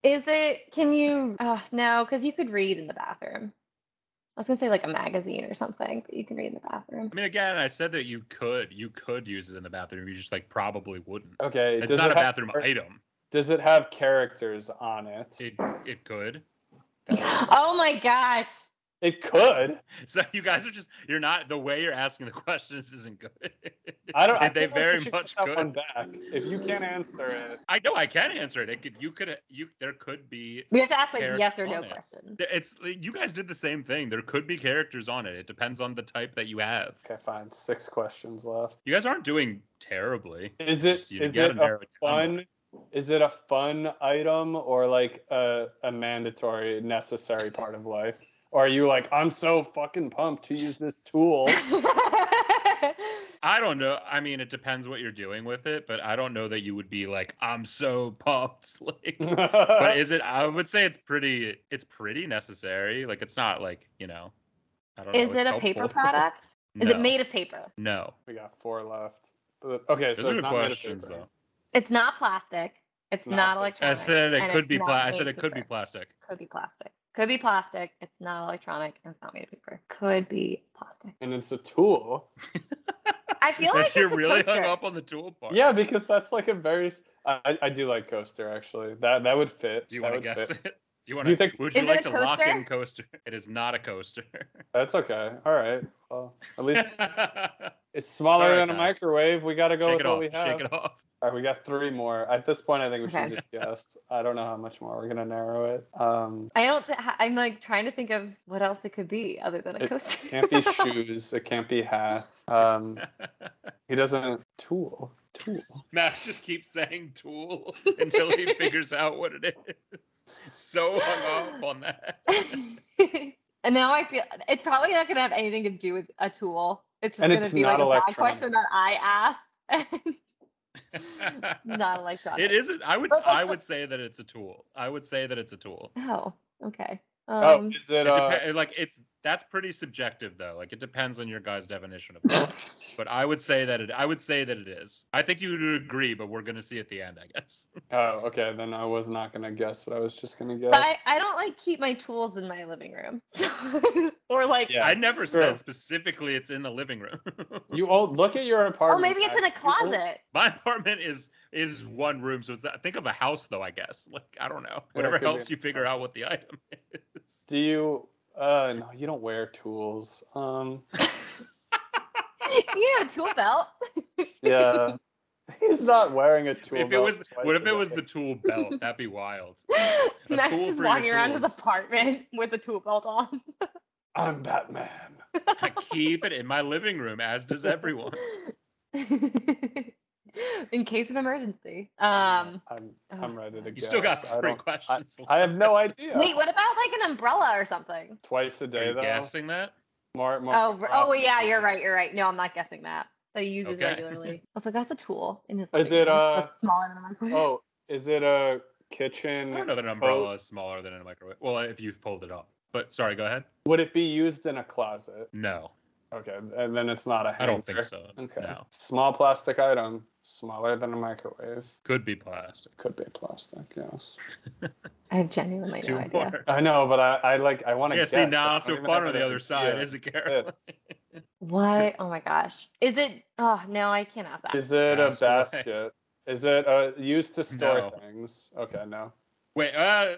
Speaker 4: Is it? Can you? Oh, no, because you could read in the bathroom. I was gonna say like a magazine or something, but you can read in the bathroom.
Speaker 6: I mean, again, I said that you could you could use it in the bathroom. You just like probably wouldn't.
Speaker 2: Okay,
Speaker 6: It's
Speaker 2: does
Speaker 6: not
Speaker 2: it
Speaker 6: a
Speaker 2: have-
Speaker 6: bathroom item.
Speaker 2: Does it have characters on it?
Speaker 6: It it could.
Speaker 4: *laughs* oh my gosh!
Speaker 2: It could.
Speaker 6: *laughs* So you guys are just you're not the way you're asking the questions isn't good.
Speaker 2: I don't. I
Speaker 6: And *laughs*
Speaker 2: feel
Speaker 6: they
Speaker 2: like we
Speaker 6: very
Speaker 2: should
Speaker 6: much
Speaker 2: put that
Speaker 6: could.
Speaker 2: One back. If you can't answer it,
Speaker 6: I know I can answer it. It could you could you there could be
Speaker 4: We have to ask like
Speaker 6: Character
Speaker 4: yes or no
Speaker 6: on it. *laughs*
Speaker 4: questions.
Speaker 6: it's you guys did the same thing. There could be characters on it. It depends on the type that you have.
Speaker 2: okay, fine. Six questions left.
Speaker 6: You guys aren't doing terribly.
Speaker 2: Is it? Is
Speaker 6: Just, you
Speaker 2: it
Speaker 6: gotta
Speaker 2: a
Speaker 6: narrow it down.
Speaker 2: fun? Is it a fun item or like a, a mandatory, necessary part of life? Or are you like, I'm so fucking pumped to use this tool? *laughs*
Speaker 6: Oh, I don't know. I mean, it depends what you're doing with it, but I don't know that you would be like, I'm so pumped. *laughs* Like
Speaker 4: *laughs*
Speaker 6: but is it I would say it's pretty it's pretty necessary. Like it's not like, you know, I don't know.
Speaker 4: Is
Speaker 6: it's
Speaker 4: it a paper
Speaker 6: helpful.
Speaker 4: product? Is
Speaker 6: No.
Speaker 4: it made of paper?
Speaker 6: No.
Speaker 2: we got four left. But- Okay, so it's
Speaker 6: Those are good
Speaker 2: not made of
Speaker 6: questions
Speaker 2: paper.
Speaker 6: though.
Speaker 4: It's not plastic. It's
Speaker 2: No.
Speaker 4: not
Speaker 2: I
Speaker 6: I
Speaker 4: electronic.
Speaker 6: said it
Speaker 4: and
Speaker 6: could
Speaker 4: it's
Speaker 6: be
Speaker 4: not
Speaker 6: pla- I
Speaker 4: made
Speaker 6: said
Speaker 4: of
Speaker 6: it could be
Speaker 4: paper.
Speaker 6: plastic.
Speaker 4: Could be plastic. Could be plastic. It's not electronic. And it's not made of paper. Could be plastic.
Speaker 2: And it's a tool.
Speaker 4: I feel
Speaker 6: Yes,
Speaker 4: like
Speaker 6: you're
Speaker 4: it's a
Speaker 6: really hung
Speaker 4: coaster.
Speaker 6: up on the tool part.
Speaker 2: Yeah, because that's like a very. s- I, I do like coaster actually. That that would fit.
Speaker 6: Do you
Speaker 2: That
Speaker 6: want to
Speaker 2: would
Speaker 6: guess
Speaker 2: fit.
Speaker 6: it? Do you want
Speaker 2: you
Speaker 6: to?
Speaker 2: think-
Speaker 6: Would
Speaker 4: Is
Speaker 6: you
Speaker 4: it
Speaker 6: like
Speaker 4: a
Speaker 6: to lock
Speaker 4: coaster?
Speaker 6: in coaster? It is not a coaster.
Speaker 2: That's okay. All right. Well, at
Speaker 6: *laughs*
Speaker 2: least
Speaker 6: Shake
Speaker 2: it's smaller
Speaker 6: Sorry,
Speaker 2: than a
Speaker 6: guys.
Speaker 2: microwave. We got to go with
Speaker 6: it
Speaker 2: what
Speaker 6: off.
Speaker 2: we have.
Speaker 6: Shake it off. *laughs*
Speaker 2: All right, we got three more. At this point, I think we
Speaker 4: Okay.
Speaker 2: should just guess. I don't know how much more. We're gonna narrow it. Um,
Speaker 4: I don't. Th- ha- I'm like trying to think of what else it could be other than a
Speaker 2: It
Speaker 4: coaster.
Speaker 2: can't
Speaker 4: *laughs*
Speaker 2: be shoes. It can't be hats.
Speaker 6: *laughs*
Speaker 2: Um, he doesn't tool tool.
Speaker 6: Max just keeps saying
Speaker 4: *laughs*
Speaker 6: tool until he figures out what it is. So
Speaker 4: *laughs*
Speaker 6: hung up on that.
Speaker 4: and now I feel it's probably not going to have anything to do with a tool. It's just
Speaker 2: And
Speaker 4: going to
Speaker 2: it's
Speaker 4: be like
Speaker 2: not
Speaker 4: a bad
Speaker 2: electronic.
Speaker 4: question that I *laughs* asked. not electronic.
Speaker 6: It isn't. I would.
Speaker 4: Look, look,
Speaker 6: I
Speaker 4: look.
Speaker 6: would say that it's a tool. I would say that it's a tool.
Speaker 4: Oh, okay.
Speaker 2: oh,
Speaker 4: Um,
Speaker 2: is it?
Speaker 6: It
Speaker 2: Uh,
Speaker 6: depe- like it's that's pretty subjective though. Like it depends on your guys' definition
Speaker 2: *laughs*
Speaker 6: of that. but I would say that it. I would say that it is. I think you would agree, but we're gonna see at the end, I guess.
Speaker 2: oh, okay. Then I was not gonna guess what I was just gonna guess.
Speaker 4: but I, I don't like keep my tools in my living room. *laughs* or like,
Speaker 2: Yeah,
Speaker 6: I never
Speaker 2: true.
Speaker 6: said specifically it's in the living room. *laughs*
Speaker 2: You all look at your
Speaker 4: oh,
Speaker 2: apartment.
Speaker 4: maybe it's in a
Speaker 2: Max. You own-
Speaker 4: closet. *laughs*
Speaker 6: My apartment is is one room, so it's not, think of a house though. I guess like I don't know. Whatever
Speaker 2: could be
Speaker 6: helps
Speaker 2: an
Speaker 6: you figure out what the *laughs* item is.
Speaker 2: Do you? Uh, no, you don't wear tools.
Speaker 6: *laughs*
Speaker 2: Um,
Speaker 4: you know, tool belt.
Speaker 2: yeah. He's not wearing a tool.
Speaker 6: if it
Speaker 2: belt
Speaker 6: was,
Speaker 2: twice
Speaker 6: what if
Speaker 2: a
Speaker 6: it was
Speaker 2: day.
Speaker 6: the tool belt? That'd be wild.
Speaker 4: *laughs* Max
Speaker 6: tool
Speaker 4: is
Speaker 6: for your
Speaker 4: walking around his
Speaker 6: tools.
Speaker 4: apartment *laughs* with a tool belt on.
Speaker 2: I'm Batman.
Speaker 6: I keep it in my living room, as
Speaker 2: *laughs*
Speaker 6: does everyone.
Speaker 4: *laughs* in case of emergency. Um,
Speaker 2: I'm
Speaker 4: oh,
Speaker 2: I'm ready to
Speaker 6: You
Speaker 2: guess.
Speaker 6: still got
Speaker 2: I
Speaker 6: three
Speaker 2: don't-
Speaker 6: questions.
Speaker 2: I have no
Speaker 6: left.
Speaker 2: idea.
Speaker 4: Wait, what about like an umbrella or something?
Speaker 2: Twice a
Speaker 6: Are
Speaker 2: day
Speaker 6: you
Speaker 2: though.
Speaker 6: guessing that?
Speaker 2: More, more
Speaker 4: Oh, r- oh,
Speaker 2: often.
Speaker 4: yeah, you're right. You're right. No, I'm not guessing that. That he uses
Speaker 6: Okay.
Speaker 4: regularly. I was like, that's a tool in his.
Speaker 2: Is
Speaker 4: living
Speaker 2: it,
Speaker 4: room.
Speaker 2: uh,
Speaker 4: That's smaller than a microwave.
Speaker 2: Oh, is it a
Speaker 6: I don't
Speaker 2: kitchen?
Speaker 6: know that an umbrella is smaller than a microwave. Well, if you fold it up. But sorry, go ahead.
Speaker 2: Would it be used in a closet?
Speaker 6: No.
Speaker 2: Okay, and then it's not a
Speaker 6: I don't think
Speaker 2: hanger.
Speaker 6: so.
Speaker 2: Okay.
Speaker 6: No.
Speaker 2: Small plastic item, smaller than a microwave.
Speaker 6: Could be plastic.
Speaker 2: Could be plastic, yes.
Speaker 4: I have genuinely
Speaker 6: Two
Speaker 4: no idea.
Speaker 6: more.
Speaker 2: I know, but I, I like I want to
Speaker 6: Yeah,
Speaker 2: guess.
Speaker 6: see, now
Speaker 2: I
Speaker 6: it's
Speaker 2: don't
Speaker 6: so
Speaker 2: even
Speaker 6: fun
Speaker 2: have
Speaker 6: on the
Speaker 2: an
Speaker 6: other side,
Speaker 2: idea.
Speaker 6: isn't Carol?
Speaker 2: It's-
Speaker 4: What? Oh my gosh. Is it? Oh no, I can't ask
Speaker 2: *laughs*
Speaker 4: that.
Speaker 2: Is it a
Speaker 6: That's why.
Speaker 2: basket? Is it uh, used to store
Speaker 6: No.
Speaker 2: things? Okay, no.
Speaker 6: Wait, uh,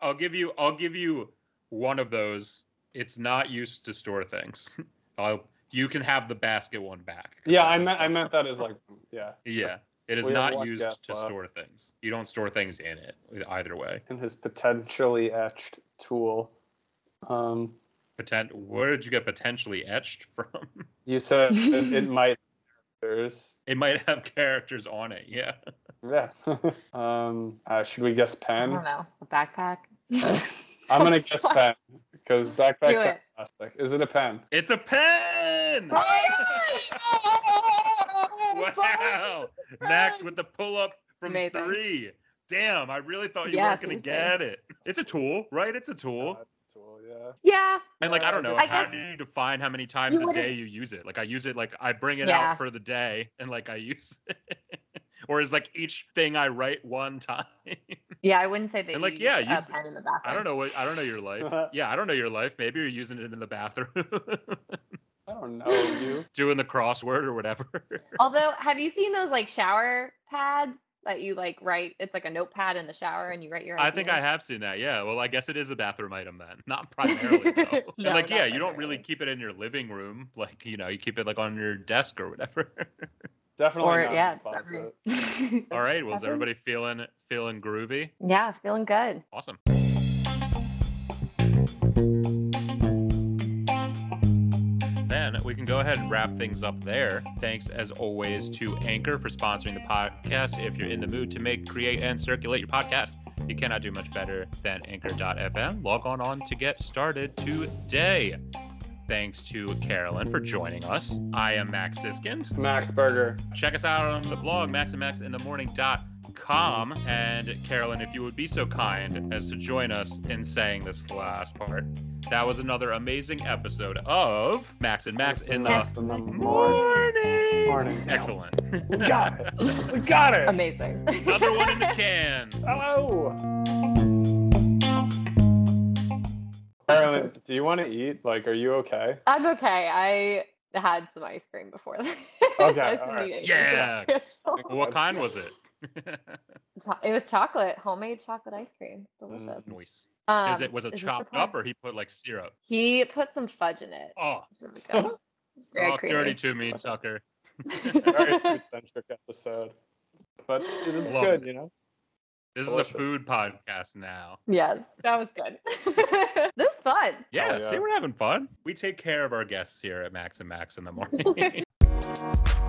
Speaker 6: I'll give you. I'll give you one of those. It's not used to store things. *laughs* I'll. You can have the basket one back. 'cause
Speaker 2: Yeah,
Speaker 6: that
Speaker 2: I
Speaker 6: was
Speaker 2: meant I
Speaker 6: dumb.
Speaker 2: meant that as like yeah,
Speaker 6: Yeah, it is
Speaker 2: We have
Speaker 6: not
Speaker 2: one
Speaker 6: used
Speaker 2: guess
Speaker 6: to
Speaker 2: left.
Speaker 6: store things. You don't store things in it either way.
Speaker 2: in his potentially etched tool. Um,
Speaker 6: Potent. Where did you get potentially etched *laughs* from?
Speaker 2: you
Speaker 4: *laughs*
Speaker 2: said it, it might. There's
Speaker 6: It might have characters on it. Yeah.
Speaker 2: yeah. *laughs* um, uh, should we guess
Speaker 4: I
Speaker 2: pen?
Speaker 4: don't know. A backpack.
Speaker 2: I'm gonna guess pen because
Speaker 4: *laughs* Do
Speaker 2: backpacks
Speaker 4: it.
Speaker 2: are plastic. Is it a pen?
Speaker 6: It's a pen. wow. Max with the pull up from
Speaker 4: Amazing.
Speaker 6: three. Damn, I really thought you
Speaker 4: Yes,
Speaker 6: weren't
Speaker 4: it
Speaker 6: gonna
Speaker 4: was
Speaker 6: get it. It's a tool, right? It's a tool.
Speaker 2: Uh, tool, yeah.
Speaker 4: *laughs* Yeah.
Speaker 6: And like I don't know,
Speaker 4: I
Speaker 6: how
Speaker 4: guess-
Speaker 6: do you define how many times
Speaker 4: You
Speaker 6: a
Speaker 4: wouldn't-
Speaker 6: day you use it? Like I use it like I bring it
Speaker 4: Yeah.
Speaker 6: out for the day and like I use *laughs* it. or is like each thing I write one time? *laughs*
Speaker 4: Yeah, I wouldn't say that.
Speaker 6: And,
Speaker 4: you
Speaker 6: like, yeah,
Speaker 4: use
Speaker 6: you-
Speaker 4: a pen in the bathroom.
Speaker 6: I don't know what I don't know your life. Yeah, I don't know your life. Maybe you're using it in the bathroom, *laughs*
Speaker 2: I don't know you.
Speaker 6: doing the crossword or whatever. *laughs*
Speaker 4: Although, have you seen those like shower pads that you like write? It's like a notepad in the shower, and you write your.
Speaker 6: I think I
Speaker 4: ideas?
Speaker 6: have seen that. Yeah. Well, I guess it is a bathroom item then, *laughs* not primarily. Though. And,
Speaker 4: No,
Speaker 6: like,
Speaker 4: not
Speaker 6: yeah, you don't
Speaker 4: primarily.
Speaker 6: really keep it in your living room. Like, you know, you keep it like on your desk or whatever. *laughs*
Speaker 2: Definitely
Speaker 4: Or
Speaker 2: not in
Speaker 4: yeah,
Speaker 2: the closet.
Speaker 4: it's *laughs* every-
Speaker 6: All right. Well, is
Speaker 4: Seven?
Speaker 6: everybody feeling feeling groovy?
Speaker 4: Yeah, feeling
Speaker 6: *laughs*
Speaker 4: good.
Speaker 6: Awesome. Then we can go ahead and wrap things up there. Thanks, as always, to Anchor for sponsoring the podcast. If you're in the mood to make, create, and circulate your podcast, you cannot do much better than anchor.fm. Log on on to get started today. Thanks to Carolyn for joining us. I am Max Siskind.
Speaker 2: Max Burger.
Speaker 6: Check us out on the blog, maxandmaxinthemorning.com. And Carolyn, if you would be so kind as to join us in saying this last part, that was another amazing episode of Max and Max in the
Speaker 2: Max in the morning.
Speaker 6: Morning.
Speaker 2: Morning.
Speaker 6: Excellent.
Speaker 2: *laughs* We got it. We got it.
Speaker 4: Amazing.
Speaker 6: another one in the can.
Speaker 2: Hello. Carolyn, do you want to eat? Like, are you okay?
Speaker 4: *laughs* I'm okay. I had some ice cream before *laughs* this.
Speaker 2: Okay,
Speaker 4: I was
Speaker 2: all right.
Speaker 4: eating
Speaker 6: Yeah.
Speaker 4: it.
Speaker 6: What kind was it?
Speaker 4: Cho- It was chocolate, homemade chocolate ice cream. Delicious.
Speaker 6: Nice.
Speaker 4: Um,
Speaker 6: Mm. Is it was it
Speaker 4: is this the
Speaker 6: chopped
Speaker 4: part-
Speaker 6: up or he put like syrup?
Speaker 4: He put some fudge in it.
Speaker 6: Oh,
Speaker 4: It's really
Speaker 6: *laughs*
Speaker 4: good. It's very
Speaker 6: talk
Speaker 4: creamy.
Speaker 6: Oh, dirty to me, Tucker. *laughs*
Speaker 2: Very
Speaker 4: *laughs*
Speaker 2: food-centric episode, but it's
Speaker 6: Love
Speaker 2: good,
Speaker 6: it.
Speaker 2: you know.
Speaker 6: This
Speaker 2: Delicious.
Speaker 6: is a food podcast now.
Speaker 4: yes, that was good. *laughs* this is fun.
Speaker 6: Yeah,
Speaker 2: yeah.
Speaker 6: see, we're having fun. We take care of our guests here at Max and Max in the morning.